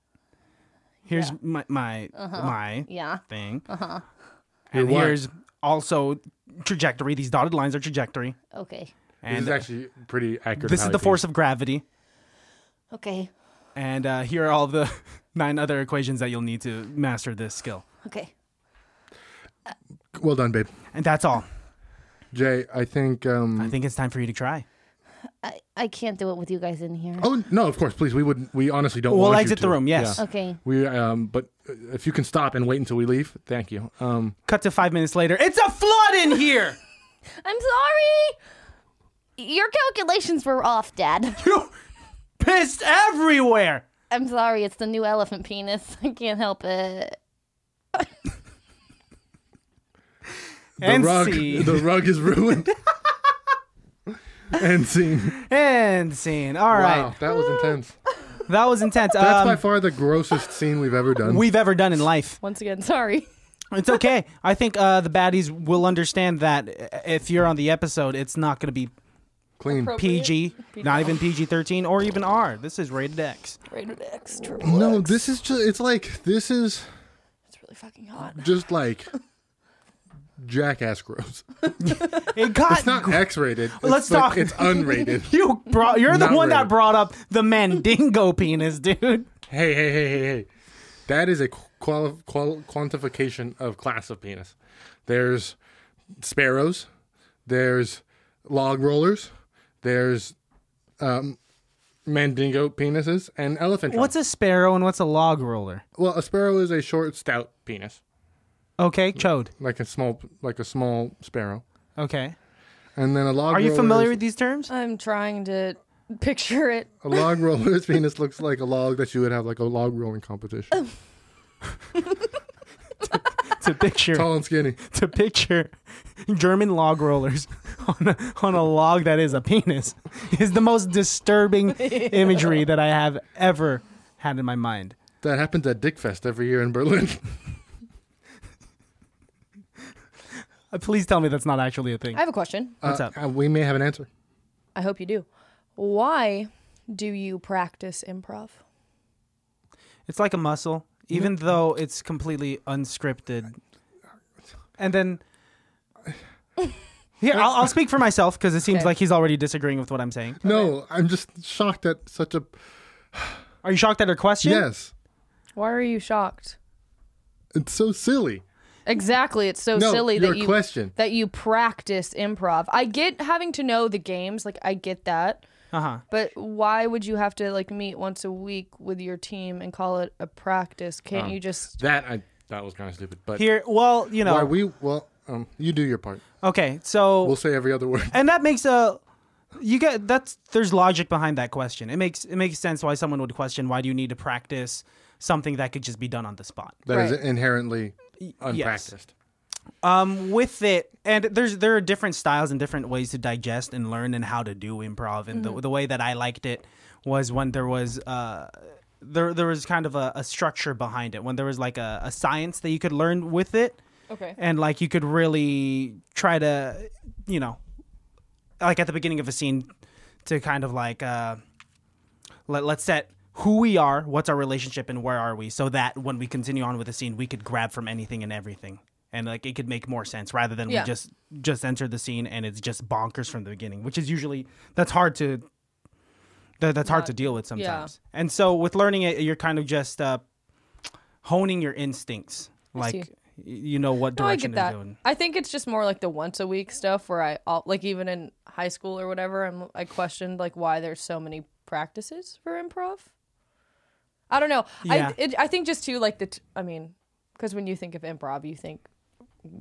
Speaker 4: Here's
Speaker 3: Yeah. Uh-huh.
Speaker 4: my my my
Speaker 3: Yeah.
Speaker 4: thing.
Speaker 2: Your
Speaker 4: And
Speaker 2: what?
Speaker 4: here's also trajectory. These dotted lines are trajectory.
Speaker 3: Okay.
Speaker 2: This
Speaker 4: And
Speaker 2: is actually pretty accurate.
Speaker 4: this
Speaker 2: how
Speaker 4: is
Speaker 2: I
Speaker 4: the
Speaker 2: feel.
Speaker 4: force of gravity.
Speaker 3: Okay.
Speaker 4: And uh, here are all the nine other equations that you'll need to master this skill.
Speaker 3: Okay.
Speaker 2: Well done, babe.
Speaker 4: And that's all.
Speaker 2: Jay, I think um,
Speaker 4: I think it's time for you to try.
Speaker 3: I, I can't do it with you guys in here.
Speaker 2: Oh no, of course, please. We would. We honestly don't.
Speaker 4: We'll
Speaker 2: want you
Speaker 4: exit the
Speaker 2: to.
Speaker 4: room, yes.
Speaker 3: Okay.
Speaker 2: We um, but uh, if you can stop and wait until we leave, thank you. Um,
Speaker 4: Cut to five minutes later. It's a flood in here.
Speaker 3: I'm sorry. Your calculations were off, Dad.
Speaker 4: You pissed everywhere.
Speaker 3: I'm sorry. It's the new elephant penis. I can't help it.
Speaker 2: the
Speaker 4: and
Speaker 2: rug,
Speaker 4: scene.
Speaker 2: the rug is ruined. and scene.
Speaker 4: and scene. All right,
Speaker 2: Wow, that was intense.
Speaker 4: that was intense.
Speaker 2: That's by
Speaker 4: Um,
Speaker 2: far the grossest scene we've ever done.
Speaker 4: we've ever done in life.
Speaker 5: Once again, sorry.
Speaker 4: It's okay. I think uh, the baddies will understand that if you're on the episode, it's not going to be
Speaker 2: clean.
Speaker 4: PG, not even PG 13 or even R. This is rated X.
Speaker 5: Rated X. Triple
Speaker 2: No,
Speaker 5: X.
Speaker 2: this is just. It's like this is
Speaker 5: It's really fucking hot.
Speaker 2: just like jackass gross.
Speaker 4: It got
Speaker 2: It's not X-rated. It's
Speaker 4: Let's
Speaker 2: like-
Speaker 4: talk-
Speaker 2: It's unrated.
Speaker 4: you brought. You're the
Speaker 2: Not
Speaker 4: one that
Speaker 2: rated.
Speaker 4: brought up the Mandingo penis, dude.
Speaker 2: hey, hey, hey, hey, hey. That is a quali- qual- quantification of class of penis. There's sparrows. There's log rollers. There's um, mandingo penises and elephant. trunk.
Speaker 4: What's a sparrow and what's a log roller?
Speaker 2: well, a sparrow is a short, stout penis,
Speaker 4: Okay, chode.
Speaker 2: like a small, like a small sparrow.
Speaker 4: Okay.
Speaker 2: And then a log.
Speaker 4: Are you
Speaker 2: roller
Speaker 4: familiar
Speaker 2: is-
Speaker 4: with these terms?
Speaker 5: I'm trying to picture it.
Speaker 2: A log roller's penis looks like a log that you would have like a log rolling
Speaker 4: Oh.
Speaker 2: competition.
Speaker 4: to picture,
Speaker 2: Tall and skinny.
Speaker 4: to picture German log rollers on a, on a log that is a penis is the most disturbing imagery that I have ever had in my mind.
Speaker 2: That happens at Dickfest every year in Berlin.
Speaker 4: Uh, Please tell me that's not actually a thing.
Speaker 5: I have a question.
Speaker 4: What's
Speaker 2: Uh,
Speaker 4: up?
Speaker 2: uh, we may have an answer.
Speaker 5: I hope you do. Why do you practice improv?
Speaker 4: It's like a muscle, even though it's completely unscripted. And then. Here, I'll, I'll speak for myself because it seems
Speaker 5: Okay.
Speaker 4: like he's already disagreeing with what I'm saying.
Speaker 2: No, I'm just shocked at such a
Speaker 4: Are you shocked at her question?
Speaker 2: yes.
Speaker 5: Why are you shocked?
Speaker 2: It's so silly.
Speaker 5: Exactly. It's so
Speaker 2: No,
Speaker 5: silly
Speaker 2: your
Speaker 5: that you
Speaker 2: question.
Speaker 5: that you practice improv. I get having to know the games, like I get that.
Speaker 4: Uh huh.
Speaker 5: But why would you have to like meet once a week with your team and call it a practice?
Speaker 2: Um,
Speaker 5: Can't you just
Speaker 2: That I that was kind of stupid. But
Speaker 4: Here, well, you know.
Speaker 2: why we well, um, you do your part.
Speaker 4: okay, so.
Speaker 2: We'll say every other word.
Speaker 4: and that makes a you get that's there's logic behind that question. It makes it makes sense why someone would question why do you need to practice something that could just be done on the spot.
Speaker 2: That is
Speaker 5: Right.
Speaker 2: inherently unpracticed.
Speaker 4: Um, with it, and there's there are different styles and different ways to digest and learn and how to do improv. And the the way that I liked it was when there was uh. There, there was kind of a, a structure behind it when there was like a, a science that you could learn with it
Speaker 5: Okay.
Speaker 4: and like you could really try to you know like at the beginning of a scene to kind of like uh let, let's set who we are what's our relationship and where are we so that when we continue on with the scene we could grab from anything and everything and like it could make more sense rather than
Speaker 5: Yeah.
Speaker 4: we just just enter the scene and it's just bonkers from the beginning which is usually that's hard to that, that's hard to deal with sometimes and so with learning it you're kind of just uh honing your instincts like
Speaker 5: see.
Speaker 4: y- you know what
Speaker 5: No, I
Speaker 4: direction
Speaker 5: get
Speaker 4: to
Speaker 5: that.
Speaker 4: go in.
Speaker 5: I think it's just more like the once a week stuff where I all, like even in high school or whatever, I'm, I questioned like why there's so many practices for improv. I don't know.
Speaker 4: Yeah.
Speaker 5: I it, I think just too like the t- I mean, because when you think of improv, you think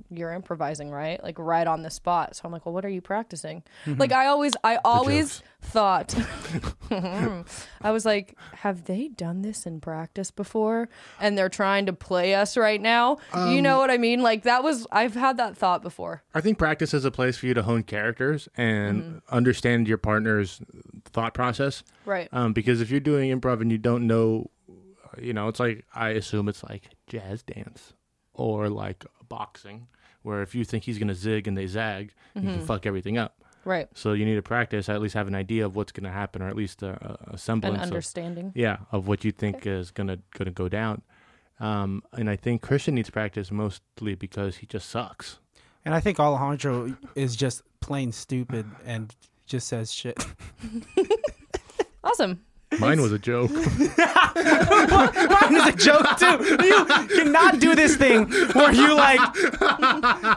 Speaker 5: you're improvising, right? Like right on the spot. So I'm like, well, what are you practicing?
Speaker 2: Mm-hmm.
Speaker 5: Like I always, I always thought, I was like, have they done this in practice before? And they're trying to play us right now. you
Speaker 2: Um,
Speaker 5: know what I mean? Like that was, I've had that thought before.
Speaker 2: I think practice is a place for you to hone characters and
Speaker 4: Mm-hmm.
Speaker 2: understand your partner's thought process.
Speaker 5: Right.
Speaker 2: Um, because if you're doing improv and you don't know, you know, it's like I assume it's like jazz dance or like boxing, where if you think he's gonna zig and they zag, you can fuck everything up.
Speaker 5: right.
Speaker 2: So you need to practice, at least have an idea of what's gonna happen, or at least a, a
Speaker 5: An
Speaker 2: semblance of
Speaker 5: understanding.
Speaker 2: yeah of what you think is gonna gonna go down. Um, and I think Christian needs practice mostly because he just sucks.
Speaker 4: And I think Alejandro is just plain stupid and just says shit.
Speaker 5: Awesome.
Speaker 2: Mine was a joke.
Speaker 4: Mine is a joke too. You cannot do this thing where you like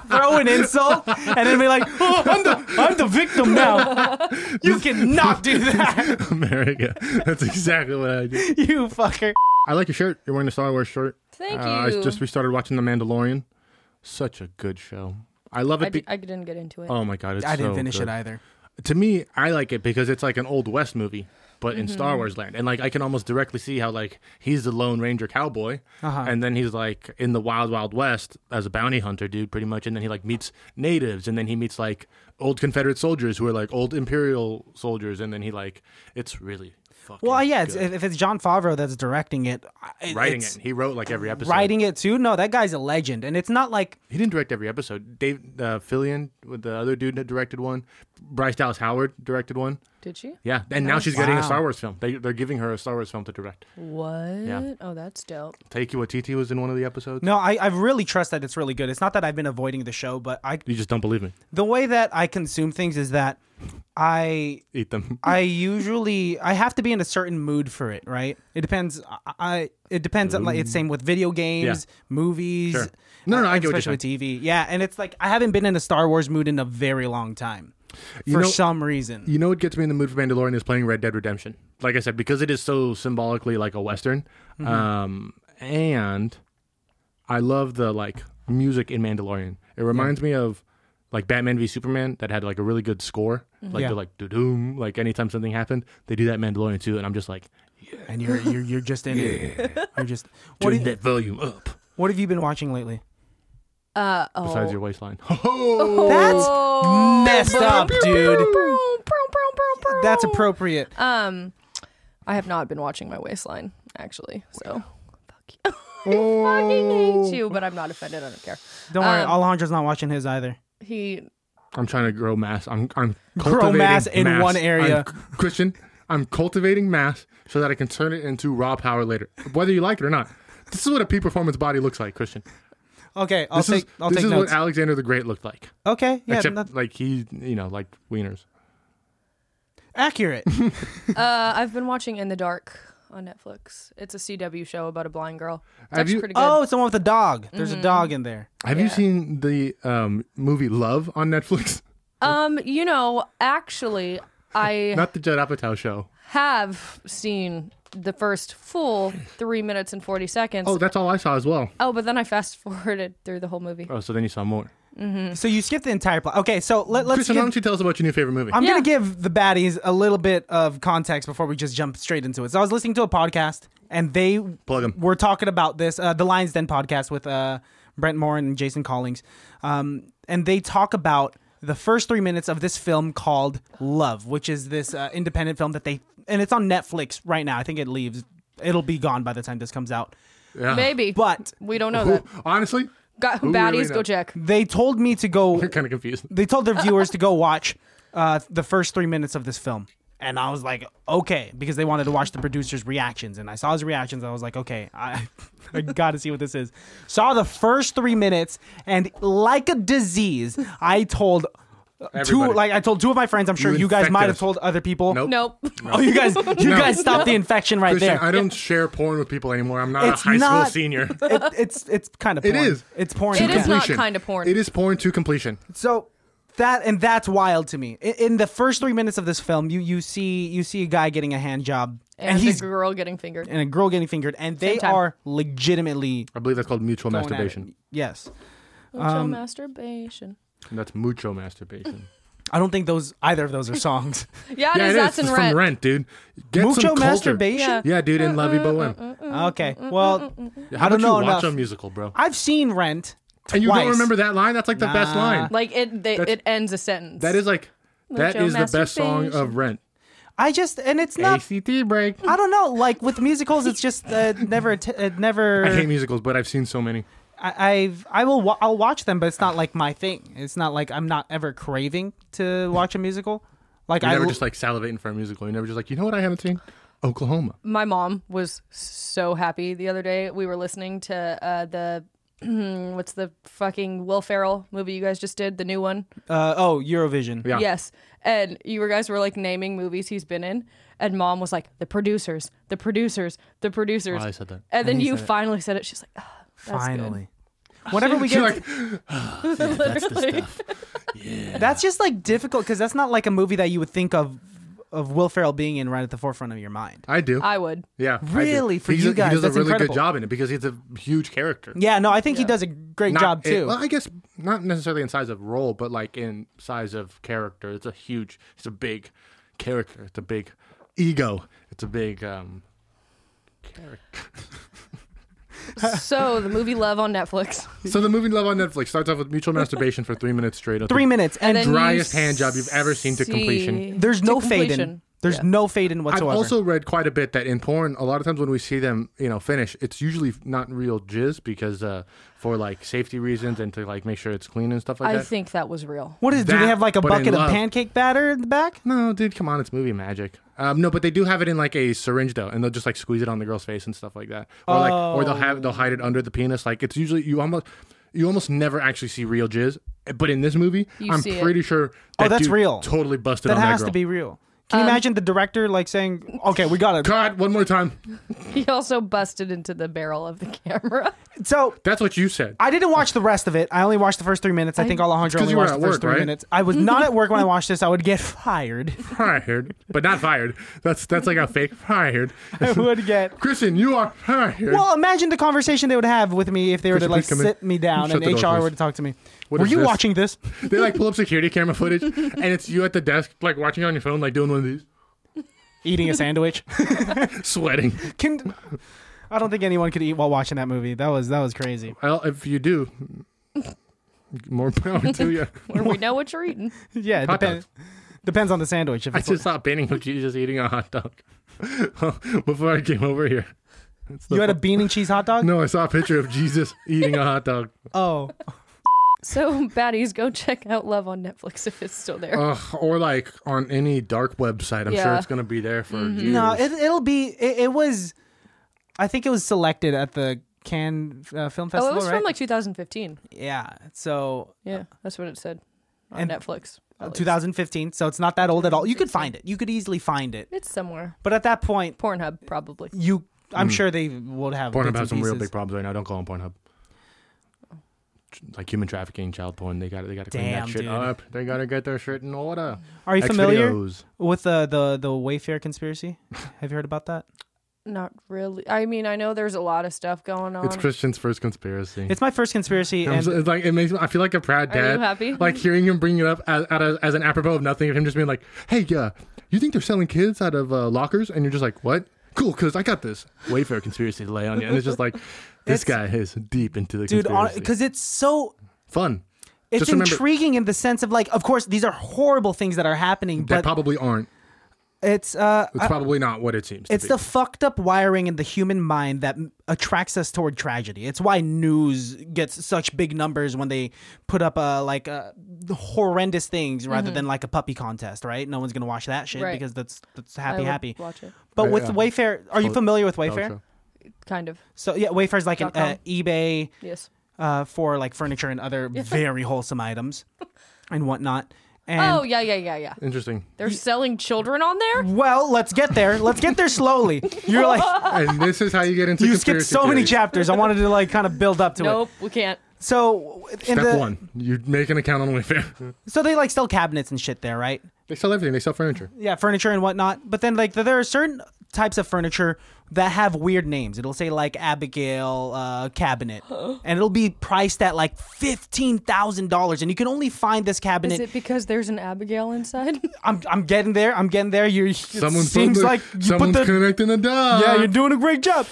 Speaker 4: throw an insult and then be like, oh, I'm the I'm the victim now. You cannot do that,
Speaker 2: America. That's exactly what I did.
Speaker 4: you fucker.
Speaker 2: I like your shirt. You're wearing a Star Wars shirt.
Speaker 5: Thank
Speaker 2: Uh,
Speaker 5: you.
Speaker 2: I just restarted watching The Mandalorian. Such a good show. I love
Speaker 5: I,
Speaker 2: it.
Speaker 5: di-
Speaker 2: Be-
Speaker 5: I didn't get into it.
Speaker 2: oh my god, it's
Speaker 4: I didn't
Speaker 2: so
Speaker 4: finish
Speaker 2: good.
Speaker 4: it either.
Speaker 2: To me, I like it because it's like an old west movie, but in Star
Speaker 5: Mm-hmm.
Speaker 2: Wars land, and like I can almost directly see how like he's the Lone Ranger cowboy,
Speaker 4: Uh-huh.
Speaker 2: and then he's like in the wild, wild west as a bounty hunter dude, pretty much, and then he like meets natives, and then he meets like old Confederate soldiers who are like old Imperial soldiers, and then he like it's really fucking
Speaker 4: Well, yeah, it's,
Speaker 2: good.
Speaker 4: if if it's John Favreau that's directing it, I-
Speaker 2: writing
Speaker 4: it's-
Speaker 2: it. He wrote like every episode.
Speaker 4: writing it too. No, that guy's a legend, and it's not like
Speaker 2: He didn't direct every episode. Dave uh, Fillion, with the other dude, that directed one. Bryce Dallas Howard directed one.
Speaker 5: Did she?
Speaker 2: Yeah, and now she's getting a
Speaker 4: Wow.
Speaker 2: Star Wars film. They, they're giving her a Star Wars film to direct.
Speaker 5: What? Oh, that's dope.
Speaker 2: Taiki Waititi was in one of the episodes.
Speaker 4: no. I I really trust that it's really good. It's not that I've been avoiding the show, but I
Speaker 2: You just don't believe me.
Speaker 4: the way that I consume things is that I
Speaker 2: Eat them.
Speaker 4: I usually I have to be in a certain mood for it, right? It depends. I- I it depends on like it's same with video games, movies.
Speaker 2: Sure. No, no, no, I get what you're
Speaker 4: especially with TV. Yeah, and it's like I haven't been in a Star Wars mood in a very long time for
Speaker 2: know-
Speaker 4: some reason.
Speaker 2: You know what gets me in the mood for Mandalorian is playing Red Dead Redemption. Like I said, because it is so symbolically like a western,
Speaker 4: Mm-hmm.
Speaker 2: um, and I love the like music in Mandalorian. It reminds me of like Batman v Superman that had like a really good score. Like
Speaker 4: Mm-hmm. Yeah.
Speaker 2: they're like doo doom. Like anytime something happened, they do that in Mandalorian too, and I'm just like,
Speaker 4: and you're you're you're just in it. You're just what Oh.
Speaker 2: turn
Speaker 4: have,
Speaker 2: that volume up.
Speaker 4: what have you been watching lately?
Speaker 5: Uh, oh.
Speaker 2: Besides your waistline. Oh,
Speaker 4: That's messed up, dude.
Speaker 5: Broom, broom, broom, broom, broom.
Speaker 4: That's appropriate.
Speaker 5: Um, I have not been watching my waistline actually. So, fuck you. I fucking hate you, but I'm not offended. I don't care.
Speaker 4: Don't worry, Alejandro's not watching his either.
Speaker 5: He
Speaker 2: I'm trying to grow mass. I'm I'm
Speaker 4: Grow
Speaker 2: cultivating
Speaker 4: mass in one
Speaker 2: I'm-
Speaker 4: area.
Speaker 2: Christian, I'm cultivating mass so that I can turn it into raw power later, whether you like it or not. This is what a peak performance body looks like, Christian.
Speaker 4: Okay, I'll
Speaker 2: This
Speaker 4: take
Speaker 2: is
Speaker 4: I'll
Speaker 2: this
Speaker 4: take
Speaker 2: is
Speaker 4: notes.
Speaker 2: what Alexander the Great looked like,
Speaker 4: okay, yeah,
Speaker 2: except
Speaker 4: that's
Speaker 2: like he, you know, like wieners.
Speaker 4: accurate.
Speaker 5: Uh, I've been watching In the Dark on Netflix. It's a CW show about a blind girl. It's
Speaker 2: Have
Speaker 5: actually
Speaker 2: you-
Speaker 5: pretty good.
Speaker 4: oh, someone with a dog. There's a dog in there.
Speaker 2: Have you seen the um, movie Love on Netflix?
Speaker 5: Um, you know, actually, I
Speaker 2: Not the Judd Apatow show.
Speaker 5: have seen the first full three minutes and forty seconds.
Speaker 2: Oh,
Speaker 5: Oh,
Speaker 2: that's all I saw as well.
Speaker 5: but then I fast forwarded through the whole movie.
Speaker 2: Oh, so then you saw more.
Speaker 4: So you skip the entire plot. Okay, so let, let's.
Speaker 2: Christian, why
Speaker 4: Give,
Speaker 2: don't you tell us about your new favorite movie?
Speaker 4: I'm
Speaker 5: Yeah.
Speaker 4: gonna give the baddies a little bit of context before we just jump straight into it. So I was listening to a podcast and they
Speaker 2: Plug 'em.
Speaker 4: were talking about this, uh, the Lions Den podcast with uh, Brent Moore and Jason Collings, um, and they talk about the first three minutes of this film called Love, which is this uh, independent film that they and it's on Netflix right now. I think it leaves. It'll be gone by the time this comes out.
Speaker 2: Yeah.
Speaker 5: Maybe,
Speaker 4: But
Speaker 5: we don't know
Speaker 2: Uh, Who-
Speaker 5: that.
Speaker 2: honestly,
Speaker 5: Got
Speaker 2: who
Speaker 5: baddies,
Speaker 2: really
Speaker 5: go
Speaker 2: knows?
Speaker 5: check.
Speaker 4: they told me to go
Speaker 2: I'm kind of confused.
Speaker 4: they told their viewers to go watch uh, the first three minutes of this film. And I was like, okay, because they wanted to watch the producer's reactions. And I saw his reactions. I was like, okay, I, I got to see what this is. Saw the first three minutes, and like a disease, I told uh, two,
Speaker 2: Everybody.
Speaker 4: like I told two of my friends. I'm sure
Speaker 2: You
Speaker 4: you, guys
Speaker 2: infect
Speaker 4: might
Speaker 2: us.
Speaker 4: have told other people.
Speaker 2: Nope.
Speaker 5: Nope.
Speaker 4: Oh, you guys, you
Speaker 2: No.
Speaker 4: guys stopped the infection right
Speaker 2: Christian,
Speaker 4: there.
Speaker 2: I don't share porn with people anymore. I'm not
Speaker 4: It's
Speaker 2: a high
Speaker 4: not-
Speaker 2: school senior.
Speaker 4: it, it's it's kind of
Speaker 2: It
Speaker 4: porn.
Speaker 2: is.
Speaker 4: It's porn.
Speaker 5: It
Speaker 4: yeah.
Speaker 5: is not kinda porn.
Speaker 2: It is porn to completion.
Speaker 4: So that and that's wild to me. In, in the first three minutes of this film, you you see you see a guy getting a hand job, and,
Speaker 5: And,
Speaker 4: he's
Speaker 5: the girl getting fingered.
Speaker 4: and a girl getting fingered, and they
Speaker 5: time.
Speaker 4: are legitimately
Speaker 2: I believe that's called mutual
Speaker 4: going at it.
Speaker 2: masturbation.
Speaker 4: Yes,
Speaker 5: Mucho
Speaker 2: um,
Speaker 5: masturbation.
Speaker 2: And that's mutual masturbation.
Speaker 4: I don't think those either of those are songs.
Speaker 5: Yeah, it is. That's in
Speaker 2: It's from
Speaker 5: rent.
Speaker 2: Rent, dude. Get some
Speaker 4: Mucho
Speaker 2: culture.
Speaker 4: masturbation.
Speaker 2: Yeah, dude, in Lovey Bowen.
Speaker 5: Uh,
Speaker 4: Okay, well,
Speaker 2: How
Speaker 4: I
Speaker 2: about
Speaker 4: don't know
Speaker 2: you watch
Speaker 4: enough.
Speaker 2: a musical, bro?
Speaker 4: I've seen Rent. Twice.
Speaker 2: and you don't remember that line? That's like the best
Speaker 4: Nah.
Speaker 2: line.
Speaker 5: Like it, they,
Speaker 2: That's-
Speaker 5: it ends a sentence.
Speaker 2: That is like that
Speaker 5: Mucho
Speaker 2: is the best song
Speaker 5: masturbation.
Speaker 2: of Rent.
Speaker 4: I just and it's not.
Speaker 2: ACT break.
Speaker 4: I don't know. Like with musicals, it's just uh, never. T- it never.
Speaker 2: I hate musicals, but I've seen so many.
Speaker 4: I, I've I will wa- I'll watch them, but it's not like my thing. It's not like I'm not ever craving to watch a musical. Like
Speaker 2: You
Speaker 4: I
Speaker 2: never
Speaker 4: l-
Speaker 2: just like salivating for a musical. You never just like, you know what I haven't seen? Oklahoma.
Speaker 5: my mom was so happy the other day. We were listening to uh, the what's the fucking Will Ferrell movie you guys just did, the new one.
Speaker 4: uh, oh Eurovision.
Speaker 2: Yeah.
Speaker 5: Yes, and you guys were like naming movies he's been in, And mom was like, the producers, the producers, the producers.
Speaker 2: Oh, I said that.
Speaker 5: And then you finally said it. She's like, oh, that's Good.
Speaker 4: Finally. Whenever we get,
Speaker 2: You're like,
Speaker 5: That's the stuff.
Speaker 4: that's just like difficult because that's not like a movie that you would think of of Will Ferrell being in right at the forefront of your mind.
Speaker 2: I do.
Speaker 5: I would.
Speaker 2: yeah. I do.
Speaker 4: Really? For
Speaker 2: He's
Speaker 4: you
Speaker 2: a-
Speaker 4: guys,
Speaker 2: he does
Speaker 4: that's
Speaker 2: a really
Speaker 4: incredible.
Speaker 2: good job in it because he's a huge character.
Speaker 4: Yeah, no, I think he does a great
Speaker 2: Not-
Speaker 4: job
Speaker 2: it-
Speaker 4: too.
Speaker 2: well, I guess not necessarily in size of role, but like in size of character. It's a huge. It's a big character. It's a big ego. It's a big um, character.
Speaker 5: So the movie Love on Netflix.
Speaker 2: so the movie Love on Netflix starts off with mutual masturbation for three minutes straight.
Speaker 4: Three minutes, and,
Speaker 5: And then
Speaker 2: driest
Speaker 5: you
Speaker 2: hand job you've ever seen to completion.
Speaker 5: see-
Speaker 4: there's
Speaker 5: to
Speaker 4: no fade in.
Speaker 5: completion.
Speaker 4: There's
Speaker 5: Yeah.
Speaker 4: no fade in
Speaker 2: I've
Speaker 4: whatsoever.
Speaker 2: also read quite a bit that in porn, a lot of times when we see them, you know, finish, it's usually not real jizz because uh, for like safety reasons and to like make sure it's clean and stuff like
Speaker 5: I
Speaker 2: that.
Speaker 5: think that was real.
Speaker 4: what is? do they
Speaker 2: that,
Speaker 4: have like a
Speaker 2: but in
Speaker 4: bucket of
Speaker 2: love.
Speaker 4: pancake batter in the back?
Speaker 2: No, dude, come on, it's movie magic. Um, no, but they do have it in like a syringe though, and they'll just like squeeze it on the girl's face and stuff like that, or like, or they'll have they'll hide it under the penis. Like it's usually you almost you almost never actually see real jizz, but in this movie,
Speaker 5: You
Speaker 2: I'm
Speaker 5: see it.
Speaker 2: pretty sure that
Speaker 4: Oh, that's
Speaker 2: dude
Speaker 4: real.
Speaker 2: totally busted
Speaker 4: That
Speaker 2: on
Speaker 4: has
Speaker 2: that girl.
Speaker 4: to be real. Can you
Speaker 5: Um,
Speaker 4: imagine the director like saying, "Okay, we got it."
Speaker 2: God, one more time.
Speaker 5: He also busted into the barrel of the camera.
Speaker 4: So
Speaker 2: That's what you said.
Speaker 4: I didn't watch the rest of it. I only watched the first three minutes. I, think Alejandro
Speaker 2: 'cause
Speaker 4: only
Speaker 2: you were
Speaker 4: watched the
Speaker 2: at
Speaker 4: first
Speaker 2: work,
Speaker 4: three
Speaker 2: right?
Speaker 4: minutes. I was not at work when I watched this. I would get fired.
Speaker 2: fired, but not fired. That's that's like a fake fired.
Speaker 4: I would get.
Speaker 2: Christian, you are fired.
Speaker 4: Well, imagine the conversation they would have with me if they were to
Speaker 2: Christian,
Speaker 4: like
Speaker 2: please come in.
Speaker 4: sit me down
Speaker 2: Shut
Speaker 4: and
Speaker 2: the door,
Speaker 4: HR
Speaker 2: please.
Speaker 4: were to talk to me.
Speaker 2: What
Speaker 4: were
Speaker 2: is
Speaker 4: you
Speaker 2: this?
Speaker 4: watching this?
Speaker 2: they like pull up security camera footage, and it's you at the desk, like watching on your phone, like doing one of these,
Speaker 4: Eating a sandwich?
Speaker 2: sweating.
Speaker 4: Can I don't think anyone could eat while watching that movie. That was that was crazy.
Speaker 2: Well, if you do, more power to you.
Speaker 5: where we know what you're eating.
Speaker 4: Yeah, it
Speaker 2: Hot
Speaker 4: depend, depends on the sandwich. If
Speaker 2: I
Speaker 4: it's
Speaker 2: just saw Benning McGee just eating a hot dog before I came over here. It's the
Speaker 4: you had a
Speaker 2: fu-
Speaker 4: bean and cheese hot dog.
Speaker 2: no, I saw a picture of Jesus eating a hot dog.
Speaker 4: Oh,
Speaker 5: So baddies, go check out Love on Netflix if it's still
Speaker 4: Oh,
Speaker 5: there. Oh,
Speaker 2: Ugh, or like on any dark website, I'm sure
Speaker 5: Yeah. Mm-hmm.
Speaker 2: it's gonna be there for years.
Speaker 4: no, it, it'll be. It, it was. I think it was selected at the Cannes uh, Film Festival.
Speaker 5: oh, it was
Speaker 4: right?
Speaker 5: from like 2015.
Speaker 4: yeah. So
Speaker 5: Yeah, that's what it said on
Speaker 4: And- uh,
Speaker 5: Netflix. at least.
Speaker 4: 2015, so it's not that old at all. You could find it. You could easily find it.
Speaker 5: It's somewhere.
Speaker 4: But at that point,
Speaker 5: Pornhub probably.
Speaker 4: you I'm sure they would have bits
Speaker 2: Pornhub
Speaker 4: and
Speaker 2: has Mm. some real
Speaker 4: pieces.
Speaker 2: big problems right now. Don't call them Pornhub. Like human trafficking, child porn. They got to they got to clean
Speaker 4: Damn,
Speaker 2: that shit
Speaker 4: dude.
Speaker 2: up. They got to get their shit in order.
Speaker 4: Are you familiar
Speaker 2: Xvideos.
Speaker 4: with the the the Wayfair conspiracy? have you heard about that?
Speaker 5: Not really. I mean, I know there's a lot of stuff going on.
Speaker 2: It's Christian's first conspiracy.
Speaker 4: It's my first conspiracy,
Speaker 2: I'm
Speaker 4: and
Speaker 2: so- it's like it makes me, I feel like a proud
Speaker 5: Are you
Speaker 2: dad.
Speaker 5: happy?
Speaker 2: Like hearing him bring it up as, out of, as an apropos of nothing, of him just being like, "Hey, yeah, you think they're selling kids out of uh, lockers?" And you're just like, "What? Cool, because I got this Wayfair conspiracy to lay on you." And it's just like, this
Speaker 4: It's-
Speaker 2: guy is deep into the
Speaker 4: dude,
Speaker 2: conspiracy.
Speaker 4: because it's so
Speaker 2: fun.
Speaker 4: it's
Speaker 2: Just remember-
Speaker 4: intriguing in the sense of like, of course, these are horrible things that are happening,
Speaker 2: They
Speaker 4: but
Speaker 2: probably aren't.
Speaker 4: it's uh,
Speaker 2: It's
Speaker 4: I-
Speaker 2: probably not what it seems. to
Speaker 4: it's
Speaker 2: be.
Speaker 4: the fucked up wiring in the human mind that m- attracts us toward tragedy. It's why news gets such big numbers when they put up uh, like uh, horrendous things rather than like a puppy contest, right? No one's gonna watch that shit
Speaker 5: Mm-hmm. Right.
Speaker 4: because that's that's
Speaker 5: I
Speaker 4: happy
Speaker 5: would
Speaker 4: happy.
Speaker 5: Watch it.
Speaker 4: But
Speaker 2: Yeah,
Speaker 4: with
Speaker 2: yeah.
Speaker 4: Wayfair, are you familiar with
Speaker 2: Ultra.
Speaker 4: Wayfair?
Speaker 5: Kind of.
Speaker 4: So yeah, Wayfair's like an
Speaker 5: Dot com.
Speaker 4: uh, eBay
Speaker 5: Yes.
Speaker 4: uh, for like furniture and other very wholesome items and whatnot. And
Speaker 5: oh yeah, yeah, yeah, yeah.
Speaker 2: Interesting.
Speaker 5: They're selling children on there.
Speaker 4: well, let's get there. Let's get there slowly. You're like
Speaker 2: and this is how you get into
Speaker 4: you skipped
Speaker 2: conspiracy
Speaker 4: so many
Speaker 2: theories.
Speaker 4: chapters. I wanted to like kind of build up to it.
Speaker 5: Nope, we can't.
Speaker 4: So in
Speaker 2: Step
Speaker 4: the,
Speaker 2: one, you make an account on Wayfair.
Speaker 4: So they like sell cabinets and shit there, right?
Speaker 2: they sell everything. They sell furniture.
Speaker 4: Yeah, furniture and whatnot. But then like there are certain types of furniture that have weird names. It'll say like Abigail uh, cabinet, and it'll be priced at like fifteen thousand dollars, and you can only find this
Speaker 5: Is
Speaker 4: cabinet.
Speaker 5: it because there's an Abigail inside?
Speaker 4: I'm I'm getting there. I'm getting there. You it
Speaker 2: Someone's
Speaker 4: seems like you put
Speaker 2: someone's Uh.
Speaker 4: the
Speaker 2: connecting the dots.
Speaker 4: yeah, you're doing a great job.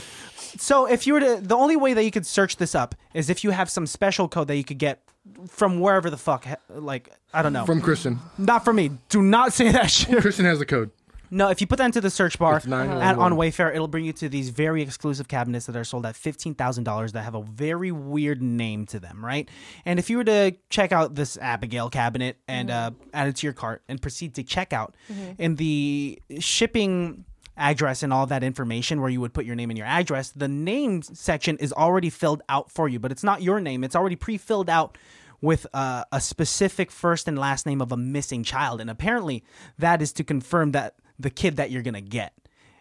Speaker 4: So if you were to, the only way that you could search this up is if you have some special code that you could get from wherever the fuck, like I don't know,
Speaker 2: from Christian.
Speaker 4: not from me. Do not say that shit.
Speaker 2: Christian has the code.
Speaker 4: No, if you put that into the search bar
Speaker 2: It's 911.
Speaker 4: at, on Wayfair, it'll bring you to these very exclusive cabinets that are sold at fifteen thousand dollars that have a very weird name to them, right? And if you were to check out this Abigail cabinet and uh, add it to your cart and proceed to checkout, in the shipping address and all that information where you would put your name and your address, the name section is already filled out for you, but it's not your name; it's already pre-filled out with uh, a specific first and last name of a missing child. And apparently, that is to confirm that the kid that you're gonna get,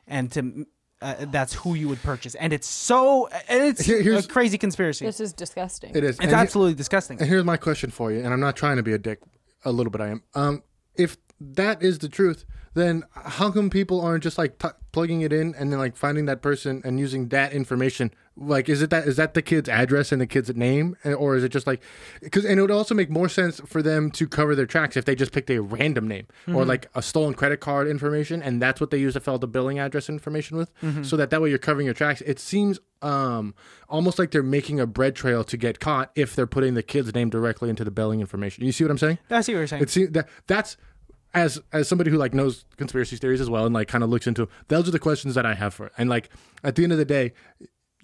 Speaker 4: and to uh, that's who you would purchase. And it's so and it's
Speaker 2: Here- here's-
Speaker 4: a crazy conspiracy. It's,
Speaker 5: This is disgusting.
Speaker 2: It is. And he-
Speaker 4: absolutely disgusting.
Speaker 2: and here's my question for you, and I'm not trying to be a dick. A little bit I am. Um, if that is the truth, then how come people aren't just like t- plugging it in and then like finding that person and using that information? Like, is it that is that the kid's address and the kid's name, And- or is it just like? Because and it would also make more sense for them to cover their tracks if they just picked a random name or like a stolen credit card information, and that's what they use to fill out the billing address information with, so that that way you're covering your tracks. It seems um almost like they're making a bread trail to get caught if they're putting the kid's name directly into the billing information. You see what I'm saying?
Speaker 4: I see what you're saying.
Speaker 2: It seems that that's as as somebody who like knows conspiracy theories as well and like kind of looks into 'em, those are the questions that I have for. It. And like at the end of the day,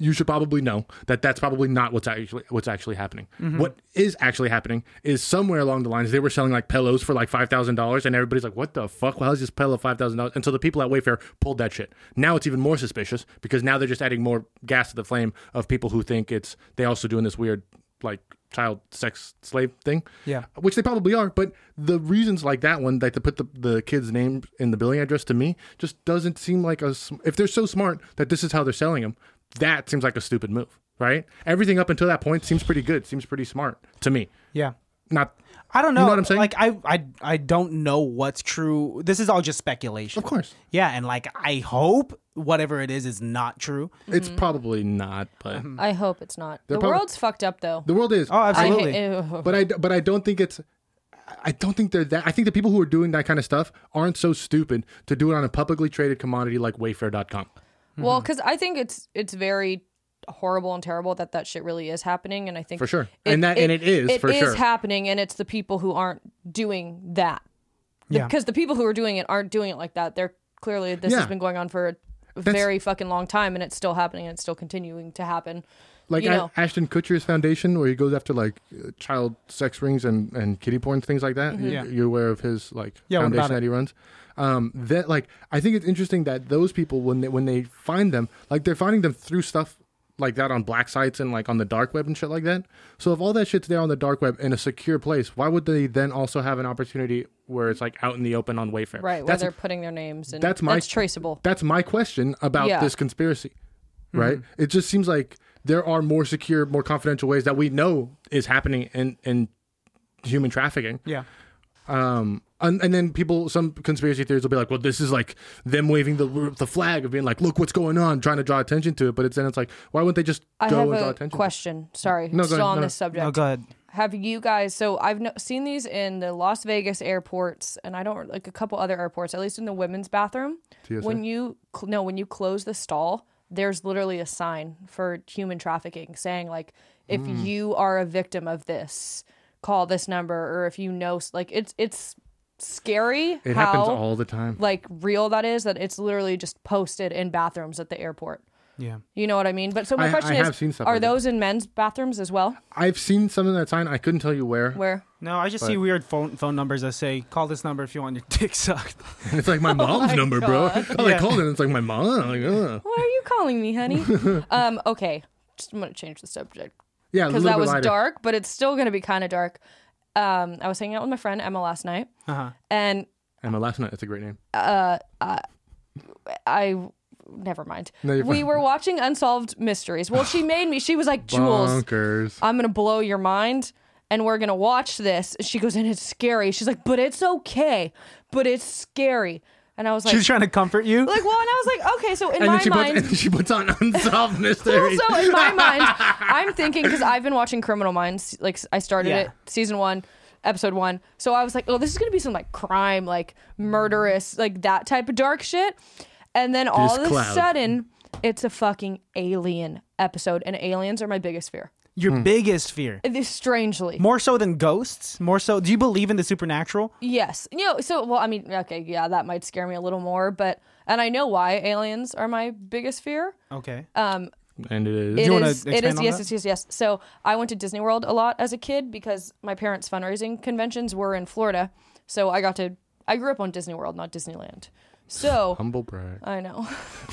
Speaker 2: you should probably know that that's probably not what's actually what's actually happening. What is actually happening is somewhere along the lines they were selling like pillows for like five thousand dollars, and everybody's like, "What the fuck? Why is this pillow five thousand dollars?" And so the people at Wayfair pulled that shit. Now it's even more suspicious because now they're just adding more gas to the flame of people who think it's they also doing this weird like child sex slave thing
Speaker 4: Yeah.
Speaker 2: which they probably are, but the reasons like that one, like to put the, the kid's name in the billing address to me, just doesn't seem like a. sm- If they're so smart that this is how they're selling them, that seems like a stupid move, right? Everything up until that point seems pretty good, seems pretty smart to me.
Speaker 4: yeah.
Speaker 2: Not,
Speaker 4: I don't know.
Speaker 2: know what I'm saying?
Speaker 4: Like I, I, I don't know what's true. This is all just speculation.
Speaker 2: of course,
Speaker 4: Yeah, and like I hope whatever it is is not true.
Speaker 2: it's probably not, but
Speaker 5: I hope it's not. The
Speaker 2: probably-
Speaker 5: world's fucked up though.
Speaker 2: the world is.
Speaker 4: Mm-hmm. Oh,
Speaker 5: I hate-
Speaker 4: absolutely.
Speaker 5: ew.
Speaker 2: but I but I don't think it's I don't think they're that I think the people who are doing that kind of stuff aren't so stupid to do it on a publicly traded commodity like Wayfair.com.
Speaker 5: Well, because I think it's it's very horrible and terrible that that shit really is happening, and I think
Speaker 2: For sure. And that- and it is, for
Speaker 5: It
Speaker 2: sure.
Speaker 5: is happening, and it's the people who aren't doing that.
Speaker 4: Yeah.
Speaker 5: Because the people who are doing it aren't doing it like that. They're clearly this
Speaker 2: Yeah.
Speaker 5: has been going on for a very fucking long time, and it's still happening, and it's still continuing to happen.
Speaker 2: like
Speaker 5: you
Speaker 2: A-
Speaker 5: know.
Speaker 2: Ashton Kutcher's foundation, where he goes after like uh, child sex rings and and kitty porn things like
Speaker 5: Mm-hmm.
Speaker 2: that. You,
Speaker 4: Yeah.
Speaker 2: You're aware of his like
Speaker 4: Yeah, what about
Speaker 2: foundation
Speaker 4: it?
Speaker 2: that he runs. Um, that like I think it's interesting that those people when they, when they find them, like they're finding them through stuff like that on black sites and like on the dark web and shit like that. So if all that shit's there on the dark web in a secure place, why would they then also have an opportunity where it's like out in the open on Wayfair?
Speaker 5: Right, where
Speaker 2: That's
Speaker 5: they're putting their names and
Speaker 2: that's my
Speaker 5: that's traceable.
Speaker 2: That's my question about
Speaker 5: Yeah.
Speaker 2: this conspiracy, right? It just seems like there are more secure, more confidential ways that we know is happening in in human trafficking.
Speaker 4: yeah.
Speaker 2: Um, and, and then people, some conspiracy theories will be like, "Well, this is like them waving the the flag of being like, look what's going on, trying to draw attention to it." But it's then it's like, why wouldn't they just
Speaker 5: I
Speaker 2: go
Speaker 5: have
Speaker 2: and draw
Speaker 5: a
Speaker 2: attention?
Speaker 5: question. Sorry,
Speaker 2: No, go
Speaker 5: still
Speaker 2: ahead.
Speaker 5: on
Speaker 2: No,
Speaker 5: this subject.
Speaker 4: Oh, God.
Speaker 5: have you guys so i've no, seen these in the las vegas airports and i don't like a couple other airports at least in the women's bathroom
Speaker 2: TSA?
Speaker 5: when you cl- no when you close the stall there's literally a sign for human trafficking saying like if
Speaker 2: Hmm.
Speaker 5: you are a victim of this call this number or if you know s- like it's it's scary
Speaker 2: It
Speaker 5: how
Speaker 2: happens all the time.
Speaker 5: like real that is that it's literally just posted in bathrooms at the airport
Speaker 4: Yeah.
Speaker 5: you know what i mean but so my
Speaker 2: I- I
Speaker 5: question
Speaker 2: have
Speaker 5: is
Speaker 2: seen stuff
Speaker 5: are
Speaker 2: like that.
Speaker 5: those in men's bathrooms as well
Speaker 2: I've seen something that sign. I couldn't tell you where.
Speaker 5: where
Speaker 4: No, I just see weird phone phone numbers that say call this number if you want your dick sucked.
Speaker 2: And it's
Speaker 5: Oh
Speaker 2: like my mom's number, bro. Oh, I called it. And it's like my mom. Like, ugh.
Speaker 5: Why are you calling me, honey? um, okay, just I'm gonna change the subject
Speaker 2: Yeah, a
Speaker 5: because
Speaker 2: little
Speaker 5: that
Speaker 2: bit
Speaker 5: was
Speaker 2: lighter.
Speaker 5: dark, but it's still gonna be kind of dark. Um, I was hanging out with my friend Emma last night,
Speaker 4: Uh-huh.
Speaker 5: and
Speaker 2: Emma, last night. That's a great name.
Speaker 5: I never mind.
Speaker 2: No, you're
Speaker 5: we
Speaker 2: fine.
Speaker 5: were watching Unsolved Mysteries. Well, she made me. She was like, Jules,
Speaker 2: Bonkers.
Speaker 5: I'm gonna blow your mind, and we're gonna watch this. She goes, and it's scary. She's like, but it's okay, but it's scary. And I was like,
Speaker 4: She's trying to comfort you.
Speaker 5: like, well, and I was like, okay, so in
Speaker 2: and
Speaker 5: my
Speaker 2: then she
Speaker 5: mind,
Speaker 2: puts and she puts on unsolved mysteries.
Speaker 5: also in my mind i'm thinking because i've been watching criminal minds like i started
Speaker 4: Yeah.
Speaker 5: it season one episode one so i was like oh this is gonna be some like crime like murderous like that type of dark shit and then all of a
Speaker 2: cloud.
Speaker 5: sudden it's a fucking alien episode and aliens are my biggest fear
Speaker 4: your
Speaker 2: Hmm.
Speaker 4: biggest fear.
Speaker 5: It is strangely
Speaker 4: More so than ghosts? More so do you believe in the supernatural?
Speaker 5: yes you know so well i mean okay yeah that might scare me a little more but and i know why aliens are my biggest fear
Speaker 4: Okay.
Speaker 5: um
Speaker 2: and it is.
Speaker 5: It
Speaker 4: wanna
Speaker 5: is. It
Speaker 4: expand
Speaker 5: is.
Speaker 4: on
Speaker 5: Yes,
Speaker 4: that?
Speaker 5: yes, yes, yes. So I went to Disney World a lot as a kid because my parents' fundraising conventions were in Florida. So I got to. I grew up on Disney World, not Disneyland. So
Speaker 2: Humble brag.
Speaker 5: I know.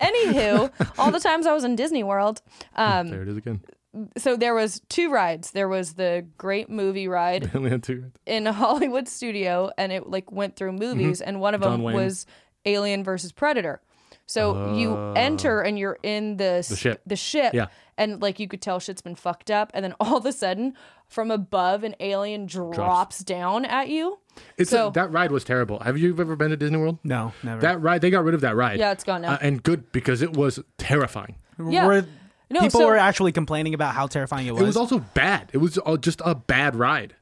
Speaker 5: Anywho, all the times I was in Disney World, um,
Speaker 2: There it is again.
Speaker 5: so there was two rides. There was the Great Movie Ride
Speaker 2: Only had two.
Speaker 5: in a Hollywood studio and it like went through movies and one of
Speaker 2: Mm-hmm. John
Speaker 5: them
Speaker 2: Wayne.
Speaker 5: was Alien versus Predator. So you enter and you're in the, sp-
Speaker 2: Oh. ship.
Speaker 5: the ship
Speaker 2: Yeah.
Speaker 5: and like you could tell shit's been fucked up and then all of a sudden from above an alien drops, down at you.
Speaker 2: It's
Speaker 5: So-
Speaker 2: that ride was terrible. Have you ever been to Disney World?
Speaker 4: No, never.
Speaker 2: That ride, they got rid of that ride.
Speaker 5: Yeah, it's gone now.
Speaker 2: Uh, and good because it was terrifying.
Speaker 5: Yeah.
Speaker 4: Were-
Speaker 5: No,
Speaker 4: people
Speaker 5: so-
Speaker 4: were actually complaining about how terrifying it was.
Speaker 2: It was also bad. It was all just a bad ride,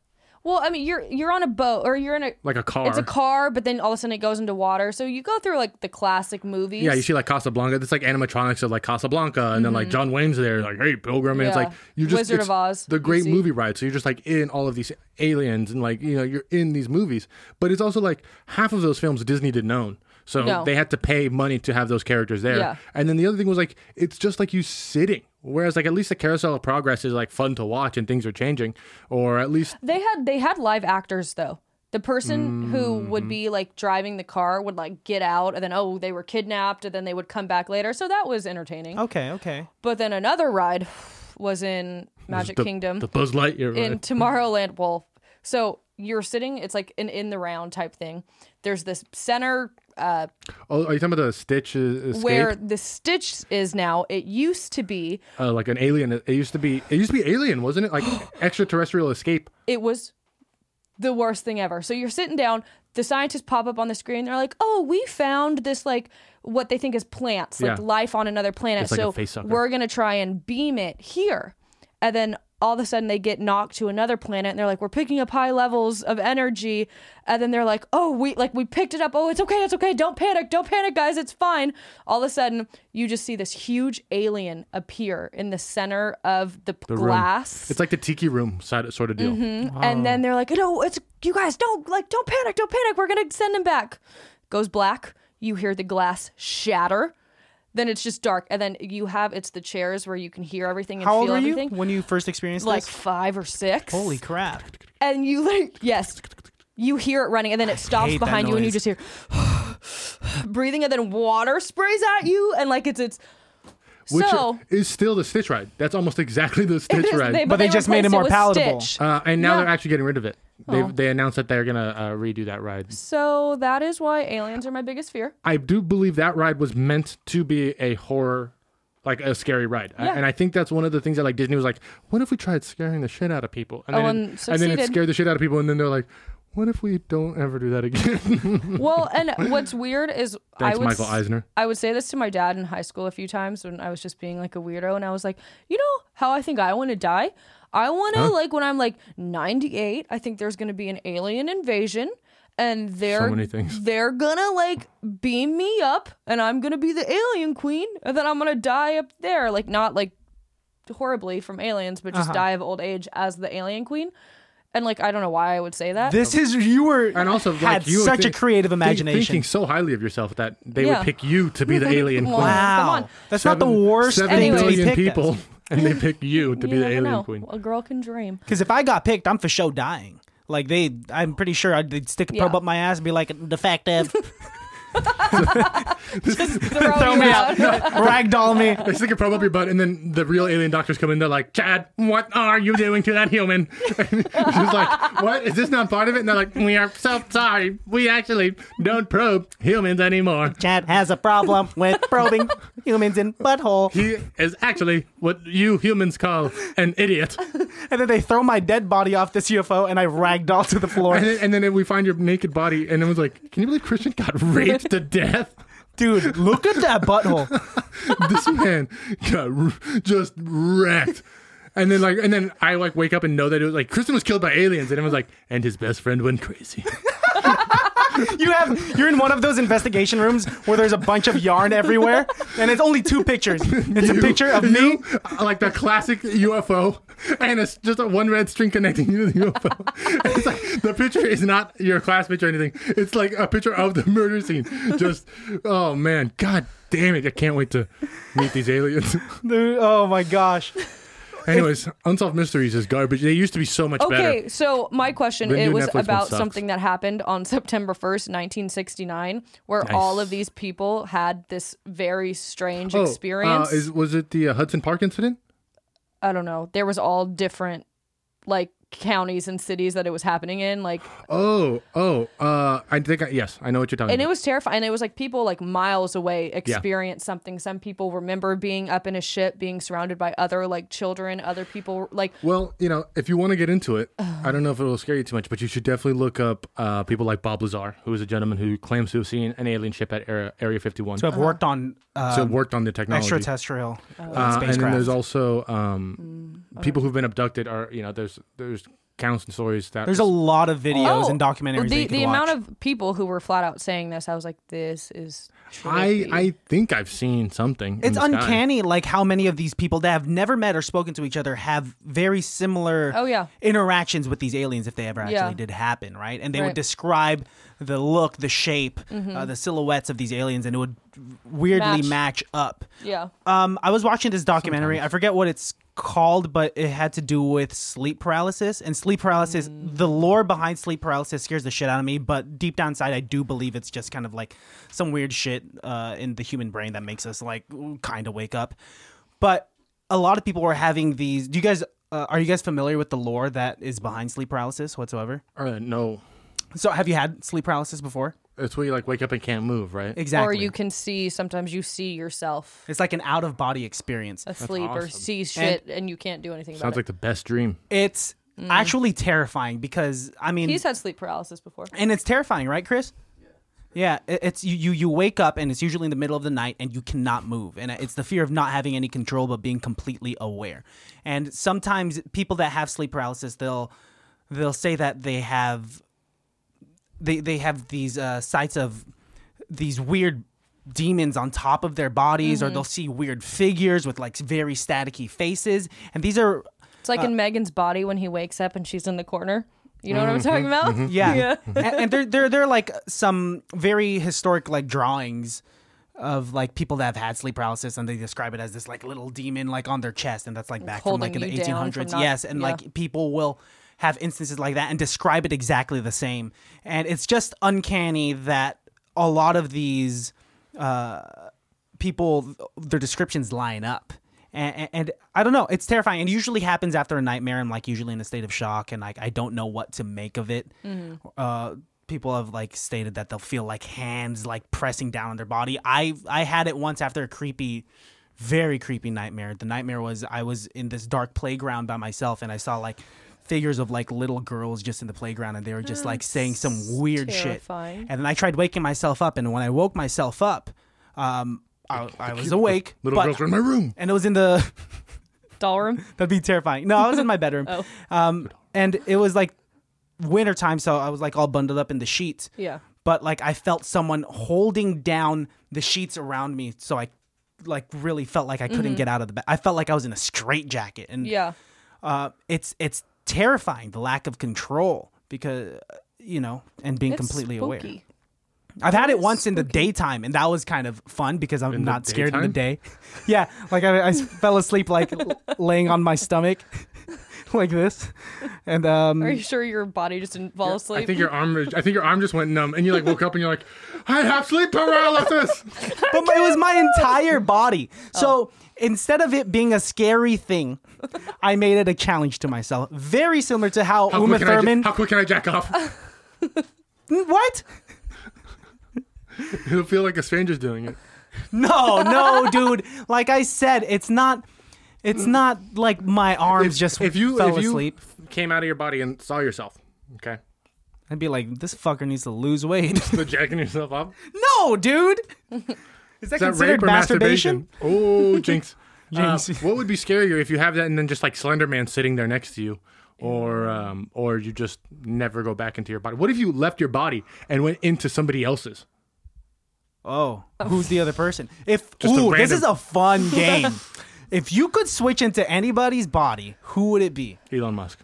Speaker 5: Well, I mean you're you're on a boat or you're in a
Speaker 2: like a car.
Speaker 5: it's a car, but then all of a sudden it goes into water. So you go through like the classic movies.
Speaker 2: Yeah, you see like Casablanca. It's like animatronics of like Casablanca, and then like John Wayne's there, like hey pilgrim, and it's
Speaker 5: Mm-hmm. Yeah.
Speaker 2: like you just
Speaker 5: Wizard
Speaker 2: it's
Speaker 5: of Oz,
Speaker 2: the
Speaker 5: you
Speaker 2: great
Speaker 5: see.
Speaker 2: movie ride. So you're just like in all of these aliens, and like you know you're in these movies. But it's also like half of those films Disney didn't own, so
Speaker 5: No.
Speaker 2: they had to pay money to have those characters there.
Speaker 5: Yeah.
Speaker 2: And then the other thing was like it's just like you sitting. Whereas like at least the Carousel of Progress is like fun to watch, and things are changing, or at least
Speaker 5: They had they had live actors though. The person who
Speaker 2: Mm-hmm.
Speaker 5: would be like driving the car would like get out and then oh they were kidnapped and then they would come back later. So that was entertaining.
Speaker 4: okay, okay.
Speaker 5: But then another ride was in Magic
Speaker 2: the,
Speaker 5: Kingdom
Speaker 2: the Buzz Lightyear ride.
Speaker 5: in Tomorrowland. Well, so you're sitting it's like an in the round type thing. There's this center uh
Speaker 2: oh, are you talking about the Stitch uh, escape?
Speaker 5: where the Stitch is now. It used to be
Speaker 2: uh, like an alien. It used to be. It used to be alien, wasn't it? Like extraterrestrial escape.
Speaker 5: it was the worst thing ever. So you're sitting down, the scientists pop up on the screen, they're like, "Oh, we found this like what they think is plants, like
Speaker 2: Yeah.
Speaker 5: life on another planet.
Speaker 2: It's like a
Speaker 5: so
Speaker 2: face sucker.
Speaker 5: we're going to try and beam it here." And then all of a sudden they get knocked to another planet and they're like, "We're picking up high levels of energy." And then they're like, "Oh, we like we picked it up. Oh, it's okay. It's okay. Don't panic. Don't panic, guys. It's fine." All of a sudden, you just see this huge alien appear in the center of the,
Speaker 2: The room.
Speaker 5: glass. Mm-hmm.
Speaker 2: It's like the tiki room side, sort of deal.
Speaker 5: And then they're like, no, it's you guys don't like don't panic, don't panic. We're gonna send him back. Goes black. You hear the glass shatter. Then it's just dark, and then you have it's the chairs where you can hear everything and
Speaker 4: How old
Speaker 5: feel
Speaker 4: were you
Speaker 5: everything.
Speaker 4: when you first experienced
Speaker 5: Like
Speaker 4: this?
Speaker 5: five or six.
Speaker 4: Holy crap!
Speaker 5: And you like yes, you hear it running, and then it stops
Speaker 4: hate that
Speaker 5: behind you, and you
Speaker 4: noise.
Speaker 5: just hear breathing, and then water sprays at you, and like it's it's.
Speaker 2: Which
Speaker 5: so
Speaker 2: is still the Stitch ride. That's almost exactly the Stitch
Speaker 5: It is-
Speaker 2: ride.
Speaker 4: But they just made it
Speaker 5: replaced
Speaker 4: more
Speaker 5: with
Speaker 4: palatable.
Speaker 5: Stitch.
Speaker 2: uh, and now
Speaker 5: Yeah. Oh.
Speaker 2: they're actually getting rid of it. They they announced that they're gonna uh, redo that ride.
Speaker 5: So that is why aliens are my biggest fear.
Speaker 2: I do believe that ride was meant to be a horror, like a scary ride, I-
Speaker 5: Yeah.
Speaker 2: and I think that's one of the things that like Disney was like, what if we tried scaring the shit out of people, and
Speaker 5: Oh,
Speaker 2: then
Speaker 5: and
Speaker 2: and then it
Speaker 5: succeeded.
Speaker 2: scared the shit out of people, and then they're like, what if we don't ever do that again?
Speaker 5: Well, and what's weird is I
Speaker 2: Thanks,
Speaker 5: would
Speaker 2: Michael
Speaker 5: s-
Speaker 2: Eisner.
Speaker 5: I would say this to my dad in high school a few times when I was just being like a weirdo, and I was like, you know how I think I want to die? I want to like when I'm like 98, I think there's gonna be an alien invasion, and they're
Speaker 2: many things.
Speaker 5: they're gonna like beam me up, and I'm gonna be the alien queen, and then I'm gonna die up there, like not like horribly from aliens, but
Speaker 2: Uh-huh.
Speaker 5: just die of old age as the alien queen. And like I don't know why I would say that.
Speaker 4: This is you were
Speaker 2: and also
Speaker 4: had
Speaker 2: like you were
Speaker 4: such
Speaker 2: think-
Speaker 4: a creative
Speaker 2: think-
Speaker 4: imagination.
Speaker 2: thinking so highly of yourself that they
Speaker 5: Yeah.
Speaker 2: would pick you to be the alien queen.
Speaker 5: Wow. Come
Speaker 4: wow,
Speaker 5: on.
Speaker 4: that's
Speaker 2: Seven-
Speaker 4: not the worst
Speaker 2: seven
Speaker 4: thing to be
Speaker 2: billion
Speaker 4: picked
Speaker 2: people, and they pick you to
Speaker 5: You
Speaker 2: be the
Speaker 5: never
Speaker 2: alien
Speaker 5: know.
Speaker 2: queen.
Speaker 5: A girl can dream.
Speaker 4: Because if I got picked, I'm for sure dying. Like they, I'm pretty sure I'd, they'd stick a probe
Speaker 5: Yeah.
Speaker 4: up my ass and be like defective,
Speaker 5: Throw, you
Speaker 4: ragdoll me.
Speaker 2: They stick a probe up your butt, and then the real alien doctors come in. They're like, "Chad, what are you doing to that human?" And she's like, "What is this not part of it?" And they're like, "We are so sorry. We actually don't probe humans anymore.
Speaker 4: Chad has a problem with probing humans in butthole.
Speaker 2: He is actually what you humans call an idiot."
Speaker 4: And then they throw my dead body off this UFO and I ragdoll to the floor.
Speaker 2: And then, and then we find your naked body, and it was like, "Can you believe Christian got raped to death?"
Speaker 4: Dude, look at that butthole.
Speaker 2: this man got r- just wrecked. And then like, and then I like wake up and know that it was like Kristen was killed by aliens, and it was like, and his best friend went crazy.
Speaker 4: You have you're in one of those investigation rooms where there's a bunch of yarn everywhere and it's only two pictures. It's a picture of me
Speaker 2: You- like the classic UFO, and it's just a one red string connecting you to the UFO. And it's like the picture is not your class picture or anything. It's like a picture of the murder scene. Just oh man, god damn it! I can't wait to meet these aliens.
Speaker 4: Dude, oh my gosh.
Speaker 2: Anyways, unsolved mysteries is garbage. They used to be so much
Speaker 5: Okay,
Speaker 2: better.
Speaker 5: so my question
Speaker 2: The
Speaker 5: it
Speaker 2: new
Speaker 5: was
Speaker 2: Netflix one
Speaker 5: about
Speaker 2: sucks.
Speaker 5: something that happened on September 1st, 1969, where all of these people had this very strange
Speaker 2: Oh, uh,
Speaker 5: experience.
Speaker 2: is, was it the uh, Hudson Park incident?
Speaker 5: I don't know. There was all different like counties and cities that it was happening in. Like,
Speaker 2: Oh, oh, uh, I think I, yes, I know what you're talking
Speaker 5: and it
Speaker 2: about.
Speaker 5: was terrifying. It was like people like miles away experience something. Some people remember being up in a ship, being surrounded by other like children, other people like
Speaker 2: well, you know, if you want to get into it, I don't know if it will scare you too much, but you should definitely look up uh, people like Bob Lazar, who is a gentleman who claims to have seen an alien ship at Area, Area 51.
Speaker 4: So I've worked on uh,
Speaker 2: Uh-huh. so worked on the technology.
Speaker 4: extraterrestrial
Speaker 2: Uh,
Speaker 4: spacecraft.
Speaker 2: And then there's also um,
Speaker 5: Mm,
Speaker 2: people who've been abducted are you know there's there's counts and stories that
Speaker 4: There's a lot of videos and
Speaker 5: well,
Speaker 4: documentaries. that
Speaker 5: Oh, The,
Speaker 4: you can
Speaker 5: the amount
Speaker 4: watch.
Speaker 5: of people who were flat out saying this, I was like, this is.
Speaker 2: I
Speaker 5: trippy.
Speaker 2: I think I've seen something. in
Speaker 4: it's
Speaker 2: the sky.
Speaker 4: uncanny like how many of these people that have never met or spoken to each other have very similar
Speaker 5: Oh, yeah.
Speaker 4: interactions with these aliens if they ever actually
Speaker 5: Yeah.
Speaker 4: did happen right and they would
Speaker 5: Right. Mm-hmm.
Speaker 4: describe the look the shape uh, the silhouettes of these aliens and it would weirdly match,
Speaker 5: Match.
Speaker 4: up
Speaker 5: Yeah.
Speaker 4: um, i was watching this documentary i forget what it's called but it had to do with sleep paralysis and sleep paralysis
Speaker 5: Mm.
Speaker 4: the lore behind sleep paralysis scares the shit out of me but deep down inside i do believe it's just kind of like some weird shit uh, in the human brain that makes us like kind of wake up but a lot of people were having these do you guys uh, are you guys familiar with the lore that is behind sleep paralysis whatsoever
Speaker 2: Uh, no,
Speaker 4: so have you had sleep paralysis before
Speaker 2: it's where you like wake up and can't move, right?
Speaker 4: exactly
Speaker 5: Or you can see, sometimes you see yourself
Speaker 4: it's like an out of body experience
Speaker 5: asleep or
Speaker 2: awesome.
Speaker 5: see shit and, you can't do anything
Speaker 2: Sounds
Speaker 5: about
Speaker 2: like the best dream.
Speaker 4: it's
Speaker 5: mm.
Speaker 4: actually terrifying because i mean
Speaker 5: it. He's had sleep paralysis before.
Speaker 4: and it's terrifying, right, Chris? Yeah, it- it's you, you. You wake up and it's usually in the middle of the night and you cannot move, and it's the fear of not having any control but being completely aware. And sometimes people that have sleep paralysis, they'll they'll say that they have they they have these uh, sights of these weird demons on top of their bodies, or they'll see weird figures with like very staticky faces, and these are
Speaker 5: It's
Speaker 4: Uh,
Speaker 5: like in Megan's body when he wakes up and she's in the corner. You know what
Speaker 4: Mm-hmm.
Speaker 5: I'm talking about?
Speaker 2: Mm-hmm.
Speaker 4: Yeah. and, and there, there, there are like some very historic like drawings of like people that have had sleep paralysis and they describe it as this like little demon like on their chest and that's like back from like in
Speaker 5: holding
Speaker 4: the
Speaker 5: you down from
Speaker 4: 1800s.
Speaker 5: not-
Speaker 4: yes. And
Speaker 5: yeah.
Speaker 4: like people will have instances like that and describe it exactly the same. And it's just uncanny that a lot of these people their descriptions line up and, and i don't know it's terrifying it usually happens after a nightmare i'm like usually in a state of shock and like i don't know what to make of it uh, people have like stated that they'll feel like hands like pressing down on their body i i had it once after a creepy very creepy nightmare the nightmare was i was in this dark playground by myself and i saw like figures of like little girls just in the playground and they were just like saying some weird
Speaker 5: terrifying.
Speaker 4: shit and then i tried waking myself up and when i woke myself up um I, I was awake.
Speaker 2: Little
Speaker 4: but-
Speaker 2: girls are in my room.
Speaker 4: And it was in the.
Speaker 5: Doll room.
Speaker 4: that'd be terrifying. No, I was in my bedroom.
Speaker 5: Oh.
Speaker 4: Um, and it was like winter time, so I was like all bundled up in the sheets.
Speaker 5: Yeah.
Speaker 4: But like I felt someone holding down the sheets around me, so I like really felt like I couldn't get out of the bed. I felt like I was in a straitjacket, and
Speaker 5: Mm-hmm. Yeah.
Speaker 4: uh, it's it's terrifying the lack of control because uh, you know and being
Speaker 5: It's
Speaker 4: completely aware.
Speaker 5: spooky.
Speaker 4: I've had it once in the daytime, and that was kind of fun because I'm
Speaker 2: In the
Speaker 4: not scared in the day. yeah, like I, I fell asleep like l- laying on my stomach, like this, and um,
Speaker 5: Are you sure your body just didn't fall asleep?
Speaker 2: I think your arm. I think your arm just went numb, and you like woke up and you're like, I have sleep paralysis.
Speaker 4: but my- it was my entire body.
Speaker 2: Oh.
Speaker 4: So instead of it being a scary thing, I made it a challenge to myself. Very similar to how,
Speaker 2: How
Speaker 4: Uma
Speaker 2: quick can I ja-
Speaker 4: Thurman. Mm,
Speaker 2: how quick can I jack off?
Speaker 4: what?
Speaker 2: It'll feel like a stranger's doing it.
Speaker 4: No, no, dude. Like I said, it's not. It's not like my arms just
Speaker 2: if you
Speaker 4: fell
Speaker 2: if you
Speaker 4: asleep.
Speaker 2: came out of your body and saw yourself, okay,
Speaker 4: I'd be like, this fucker needs to lose weight.
Speaker 2: so jacking yourself off.
Speaker 4: No, dude. Is that
Speaker 2: Is that
Speaker 4: considered
Speaker 2: rape or
Speaker 4: masturbation?
Speaker 2: masturbation? Oh, jinx. Uh,
Speaker 4: Jinx.
Speaker 2: what would be scarier if you have that and then just like Slender Man sitting there next to you, or um, or you just never go back into your body? What if you left your body and went into somebody else's?
Speaker 4: Oh, who's the other person? If
Speaker 2: Just a
Speaker 4: ooh, this
Speaker 2: random-
Speaker 4: is a fun game. if you could switch into anybody's body, who would it be?
Speaker 2: Elon Musk.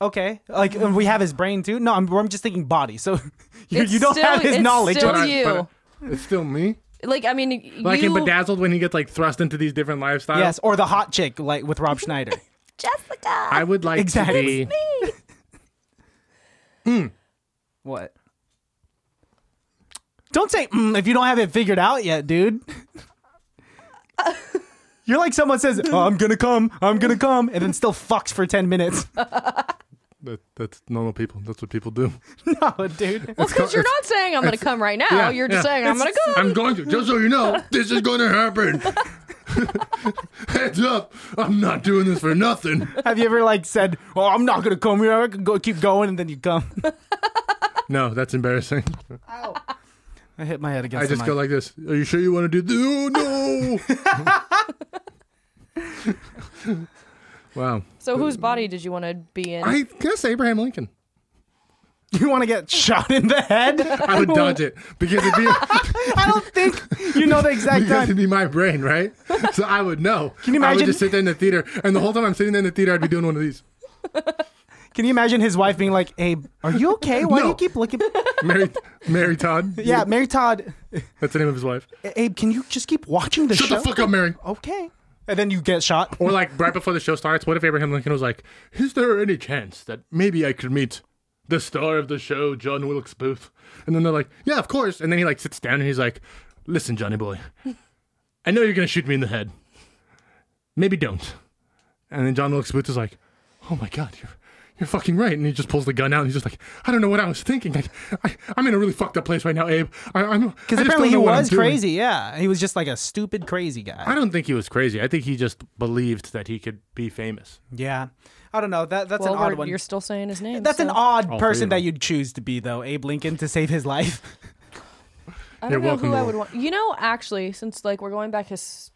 Speaker 4: Okay, like and we have his brain too. No, I'm, I'm just thinking body. So you,
Speaker 5: It's
Speaker 4: you don't
Speaker 5: still-
Speaker 4: have his
Speaker 5: it's
Speaker 4: knowledge.
Speaker 5: still
Speaker 4: But I-
Speaker 5: you.
Speaker 2: it's still me.
Speaker 5: like, I mean, you.
Speaker 2: Like in Bedazzled when he gets like thrust into these different lifestyles.
Speaker 4: yes, or the hot chick like with Rob Schneider.
Speaker 3: Jessica.
Speaker 2: I would like
Speaker 4: Exactly.
Speaker 2: to be.
Speaker 4: what? Don't say mm, if you don't have it figured out yet, dude. You're like someone says, oh, "I'm gonna come, I'm gonna come," and then still fucks for ten minutes.
Speaker 2: That, that's normal people. That's what people do.
Speaker 4: no, dude.
Speaker 5: Well, because you're not saying I'm going to come right now. you're just
Speaker 2: yeah.
Speaker 5: saying I'm going to come.
Speaker 2: I'm going to. Just so you know, this is going to happen. Heads up! I'm not doing this for nothing.
Speaker 4: Have you ever like said, "Oh, I'm not gonna come here. I can go keep going," and then you come?
Speaker 2: No, that's embarrassing.
Speaker 4: I hit my head against.
Speaker 2: I just
Speaker 4: the
Speaker 2: go
Speaker 4: mic.
Speaker 2: like this. Are you sure you want to do this? Oh no! wow.
Speaker 5: So whose body did you want to be in?
Speaker 2: I guess Abraham Lincoln.
Speaker 4: "You want to get shot in the head?"
Speaker 2: I would dodge it because it'd be
Speaker 4: I don't think you know the exact
Speaker 2: because
Speaker 4: time.
Speaker 2: it'd be my brain, right? So I would know. Can
Speaker 4: you
Speaker 2: I would
Speaker 4: imagine?
Speaker 2: just sit there in the theater, and the whole time I'm sitting there in the theater, I'd be doing one of these.
Speaker 4: Can you imagine his wife being like, "Abe, are you okay? Why do
Speaker 2: No.
Speaker 4: you keep looking?"
Speaker 2: Mary, Mary Todd.
Speaker 4: Yeah, Mary Todd.
Speaker 2: that's the name of his wife.
Speaker 4: Abe, can you just keep watching the
Speaker 2: Shut
Speaker 4: show?
Speaker 2: the fuck up, Mary.
Speaker 4: okay. And then you get shot.
Speaker 2: Or like right before the show starts, what if Abraham Lincoln was like, "Is there any chance that maybe I could meet the star of the show, John Wilkes Booth?" And then they're like, "Yeah, of course." And then he like sits down and he's like, "Listen, Johnny boy, I know you're gonna shoot me in the head. Maybe don't." And then John Wilkes Booth is like, "Oh my God, you're." You're fucking right. And he just pulls the gun out and he's just like, I don't know what I was thinking. Like, I, I'm in a really fucked up place right now, Abe. I, I'm
Speaker 4: Because
Speaker 2: I just
Speaker 4: apparently
Speaker 2: don't
Speaker 4: he
Speaker 2: know what I'm
Speaker 4: was
Speaker 2: doing."
Speaker 4: crazy. Yeah, he was just like a stupid crazy
Speaker 2: I
Speaker 4: guy.
Speaker 2: don't think he was crazy. I think he just believed that he could be famous.
Speaker 4: Yeah, I don't know. That that's
Speaker 5: well,
Speaker 4: an odd
Speaker 5: we're-
Speaker 4: one.
Speaker 5: you're still saying his name.
Speaker 4: That's an
Speaker 5: so-
Speaker 4: odd
Speaker 2: three
Speaker 4: person
Speaker 2: of
Speaker 4: that
Speaker 2: them.
Speaker 4: you'd choose to be, though. Abe Lincoln to save his life.
Speaker 2: You're
Speaker 5: I don't know
Speaker 2: welcome,
Speaker 5: who I
Speaker 2: Laura.
Speaker 5: would want. You know, actually, since like we're going back his,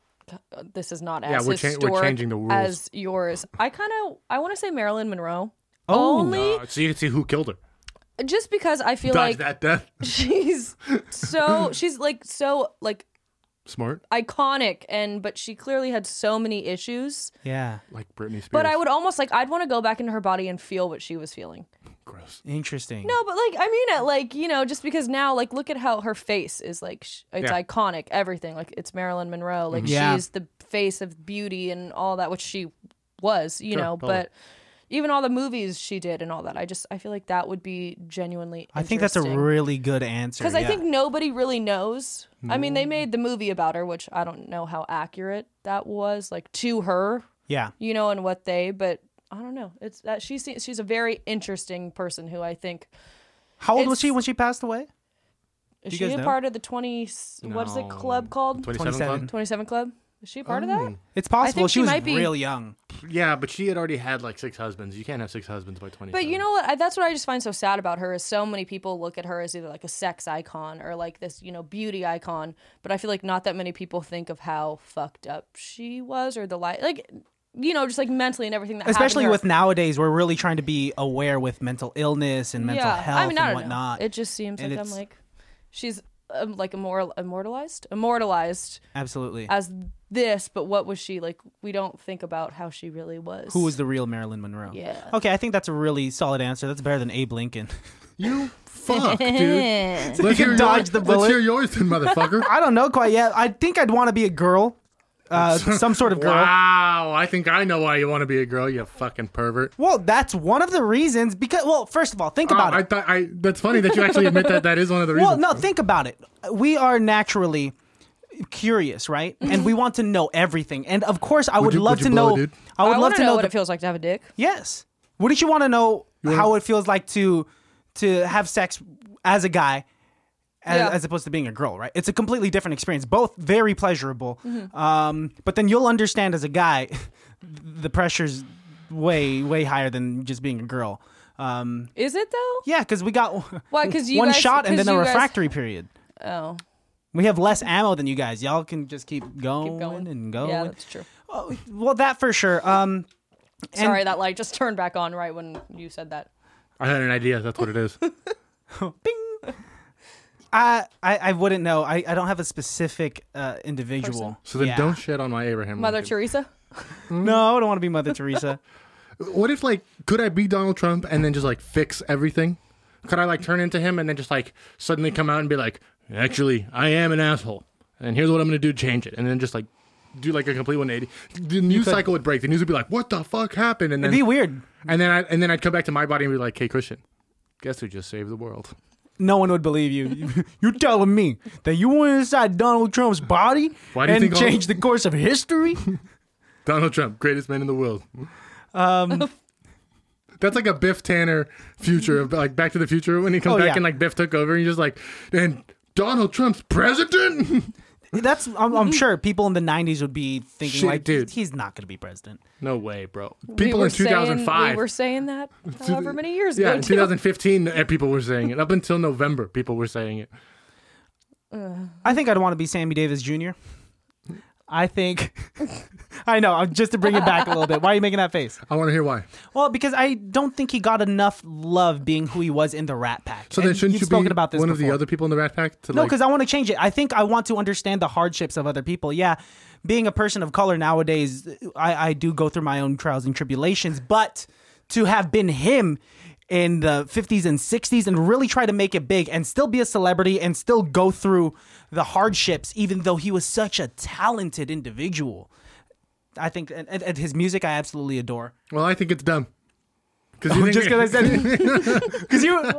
Speaker 5: this is not as
Speaker 2: Yeah, we're cha- we're
Speaker 5: historic
Speaker 2: changing the rules.
Speaker 5: as yours. I kind of I want to say Marilyn Monroe.
Speaker 4: Oh.
Speaker 5: Only
Speaker 2: Uh, so you can see who killed her.
Speaker 5: just because I feel
Speaker 2: Dodge
Speaker 5: like
Speaker 2: that death.
Speaker 5: she's so she's like so like
Speaker 2: Smart,
Speaker 5: iconic and but she clearly had so many issues.
Speaker 4: Yeah,
Speaker 2: like Britney Spears.
Speaker 5: But I would almost like I'd want to go back into her body and feel what she was feeling.
Speaker 2: Gross.
Speaker 4: interesting.
Speaker 5: No, but like I mean it, like you know, just because now, like look at how her face is like sh- it's
Speaker 2: Yeah. Mm-hmm.
Speaker 5: iconic, everything. Like it's Marilyn Monroe, like
Speaker 4: Yeah.
Speaker 5: she's the face of beauty and all that, which she was, you
Speaker 2: Sure,
Speaker 5: know.
Speaker 2: totally.
Speaker 5: But even all the movies she did and all that, I just I feel like that would be genuinely.
Speaker 4: I think that's a really good answer.
Speaker 5: because I
Speaker 4: yeah.
Speaker 5: think nobody really knows. I mean,
Speaker 2: Mm.
Speaker 5: they made the movie about her, which I don't know how accurate that was, like to her,
Speaker 4: yeah,
Speaker 5: you know, and what they, but. I don't know. It's that she seems she's a very interesting person who I think
Speaker 4: how old was
Speaker 5: it's-
Speaker 4: she when she passed away?
Speaker 5: Is
Speaker 4: You
Speaker 5: she
Speaker 4: guys
Speaker 5: a
Speaker 4: know?
Speaker 5: part of the 20 what is it club called?
Speaker 2: 27,
Speaker 4: 27.
Speaker 2: Club?
Speaker 5: 27 club? Is she a part of that?
Speaker 4: It's possible
Speaker 5: think
Speaker 4: she,
Speaker 5: she
Speaker 4: was
Speaker 5: might be-
Speaker 4: real young.
Speaker 2: Yeah, but she had already had like six husbands. You can't have six husbands by 27.
Speaker 5: But you know what? I, that's what I just find so sad about her is so many people look at her as either like a sex icon or like this, you know, beauty icon, but I feel like not that many people think of how fucked up she was or the life like you know, just like mentally and everything that
Speaker 4: Especially
Speaker 5: happened
Speaker 4: with
Speaker 5: to her.
Speaker 4: nowadays, we're really trying to be aware with mental illness and mental
Speaker 5: yeah.
Speaker 4: health
Speaker 5: I mean,
Speaker 4: and
Speaker 5: I don't know.
Speaker 4: whatnot.
Speaker 5: It just seems
Speaker 4: And
Speaker 5: like I'm
Speaker 4: it's-
Speaker 5: like she's um, like immortal immortalized, immortalized
Speaker 4: Absolutely.
Speaker 5: as this, but what was she like? We don't think about how she really was.
Speaker 4: Who was the real Marilyn Monroe?
Speaker 5: Yeah.
Speaker 4: Okay, I think that's a really solid answer. That's better than Abe Lincoln.
Speaker 2: You fuck, dude.
Speaker 3: Ugh.
Speaker 2: Let's
Speaker 4: can
Speaker 2: hear
Speaker 4: dodge the
Speaker 2: Let's
Speaker 4: bullet.
Speaker 2: hear yours then, motherfucker.
Speaker 4: I don't know quite yet. I think I'd want to be a girl, uh, some sort of girl.
Speaker 2: Wow, I think I know why you want to be a girl, you fucking pervert.
Speaker 4: Well, that's one of the reasons. Because, well, first of all, Um, think about
Speaker 2: Oh, I
Speaker 4: it.
Speaker 2: thought I. That's funny that you actually admit that that is one of the reasons.
Speaker 4: Well, no, think about it. We are naturally curious, right? And we want to know everything. And of course, I would,
Speaker 2: you-
Speaker 4: love
Speaker 2: would you
Speaker 4: to
Speaker 2: blow a
Speaker 4: know.
Speaker 2: dude?
Speaker 4: I would
Speaker 5: I
Speaker 4: love
Speaker 5: want
Speaker 4: to know.
Speaker 5: what
Speaker 4: the-
Speaker 5: it feels like to have a dick.
Speaker 4: yes. Wouldn't you want to know how it feels like to to have sex as a guy? As,
Speaker 5: Yeah.
Speaker 4: as opposed to being a girl, right? It's a completely different experience. Both very pleasurable,
Speaker 5: Mm-hmm.
Speaker 4: um, but then you'll understand as a guy, the pressure's way way higher than just being a girl. Um,
Speaker 5: Is it though?
Speaker 4: yeah, because we got
Speaker 5: Why, 'cause you
Speaker 4: one
Speaker 5: guys-
Speaker 4: shot and
Speaker 5: 'cause
Speaker 4: then a
Speaker 5: you guys-
Speaker 4: refractory period.
Speaker 5: Oh,
Speaker 4: We have less ammo than you guys. Y'all can just keep going,
Speaker 5: keep going
Speaker 4: and going.
Speaker 5: Yeah, that's true.
Speaker 4: well, that for sure. Um, and-
Speaker 5: Sorry, that light just turned back on right when you said that.
Speaker 2: I had an idea. That's what it is.
Speaker 4: I, I I wouldn't know. I, I don't have a specific uh, individual.
Speaker 2: So then,
Speaker 4: Yeah.
Speaker 2: don't shit on my Abraham.
Speaker 5: Mother
Speaker 2: Lincoln.
Speaker 5: Teresa.
Speaker 4: No, I don't want to be Mother Teresa.
Speaker 2: What if like could I be Donald Trump and then just like fix everything? Could I like turn into him and then just like suddenly come out and be like, actually, I am an asshole, and here's what I'm gonna do, to change it, and then just like do like a complete 180. The news cycle would break. The news would be like, what the fuck happened? And then
Speaker 4: It'd be weird.
Speaker 2: and then I and then I'd come back to my body and be like, hey Christian, guess who just saved the world?
Speaker 4: no one would believe you. You're telling me that you went inside Donald Trump's body
Speaker 2: Why do you
Speaker 4: and
Speaker 2: think all-
Speaker 4: changed the course of history?
Speaker 2: Donald Trump, greatest man in the world. Um, that's like a Biff Tanner future of like Back to the Future when he comes
Speaker 4: Oh,
Speaker 2: back
Speaker 4: yeah.
Speaker 2: and like Biff took over and he's just like, and Donald Trump's president.
Speaker 4: That's I'm, I'm sure people in the '90s would be thinking
Speaker 2: Shit,
Speaker 4: like,
Speaker 2: dude.
Speaker 4: he's not going to be president.
Speaker 2: no way, bro.
Speaker 5: We
Speaker 2: People
Speaker 5: were
Speaker 2: in 2005.
Speaker 5: Saying, we were saying that however many years
Speaker 2: yeah,
Speaker 5: ago.
Speaker 2: in
Speaker 5: too.
Speaker 2: 2015, uh, people were saying it. Up until November, people were saying it.
Speaker 4: I think I'd want to be Sammy Davis Jr. I think. I know. I'm- Just to bring it back a little bit. Why are you making that face?
Speaker 2: I want to hear why.
Speaker 4: Well, because I don't think he got enough love being who he was in the Rat Pack.
Speaker 2: So then,
Speaker 4: And
Speaker 2: shouldn't
Speaker 4: you've
Speaker 2: you be
Speaker 4: spoken about this
Speaker 2: one of
Speaker 4: before.
Speaker 2: the other people in the Rat Pack? To
Speaker 4: No,
Speaker 2: like,
Speaker 4: because I want to change it. I think I want to understand the hardships of other people. Yeah, being a person of color nowadays, I, I do go through my own trials and tribulations, but to have been him in the 50s and 60s and really try to make it big and still be a celebrity and still go through the hardships, even though he was such a talented individual. I think, and, and- and his music I absolutely adore.
Speaker 2: well, I think it's dumb. Because you think
Speaker 4: Just because I said, because you, no,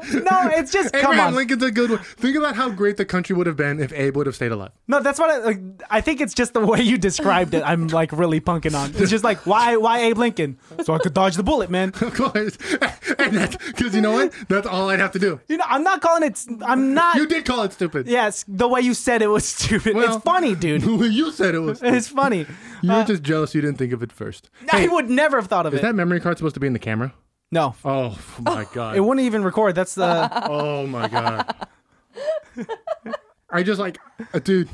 Speaker 4: it's just, come
Speaker 2: Abraham
Speaker 4: on.
Speaker 2: Lincoln's a good one. Think about how great the country would have been if Abe would have stayed alive.
Speaker 4: No, that's what I like. I think it's just the way you described it. I'm like really punking on. It's just like why, why Abe Lincoln? So I could dodge the bullet, man.
Speaker 2: Of course. and that's because you know what? That's all I'd have to do.
Speaker 4: You know, I'm not calling it. I'm not.
Speaker 2: You did call it stupid.
Speaker 4: yes, the way you said it was stupid.
Speaker 2: Well-
Speaker 4: it's funny, dude.
Speaker 2: you said it was.
Speaker 4: It's funny. Uh,
Speaker 2: You were just jealous you didn't think of it first.
Speaker 4: I would never have thought of
Speaker 2: Is
Speaker 4: it.
Speaker 2: that memory card supposed to be in the camera?
Speaker 4: no,
Speaker 2: Oh f- my
Speaker 4: it
Speaker 2: god.
Speaker 4: wouldn't even record. That's the.
Speaker 2: Oh my god. I just like, uh, dude.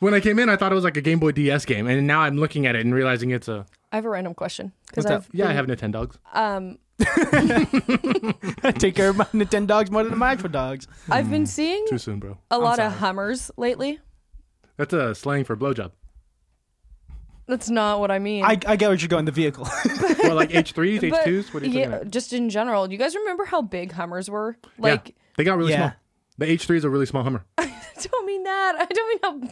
Speaker 2: When I came in, I thought it was like a Game Boy DS game, and now I'm looking at it and realizing it's a.
Speaker 5: I have a random question because
Speaker 4: What's up?
Speaker 5: I've
Speaker 2: Yeah, I have Nintendogs.
Speaker 5: um
Speaker 4: I take care of my Nintendo dogs more than my Nitro dogs.
Speaker 5: I've
Speaker 2: Hmm.
Speaker 5: been seeing
Speaker 2: Too soon, bro.
Speaker 4: Oh.
Speaker 5: a lot of Hummers lately.
Speaker 2: That's a slang for blowjob.
Speaker 5: That's not what I mean.
Speaker 4: I, I get what you're going. The vehicle.
Speaker 2: Or like H3s,
Speaker 5: But,
Speaker 2: H2s. What are you
Speaker 5: yeah,
Speaker 2: thinking? of?
Speaker 5: just in general. You guys remember how big Hummers were? Like,
Speaker 2: yeah, they got really
Speaker 4: Yeah.
Speaker 2: small. The H3 is a really small Hummer.
Speaker 5: I don't mean that. I don't mean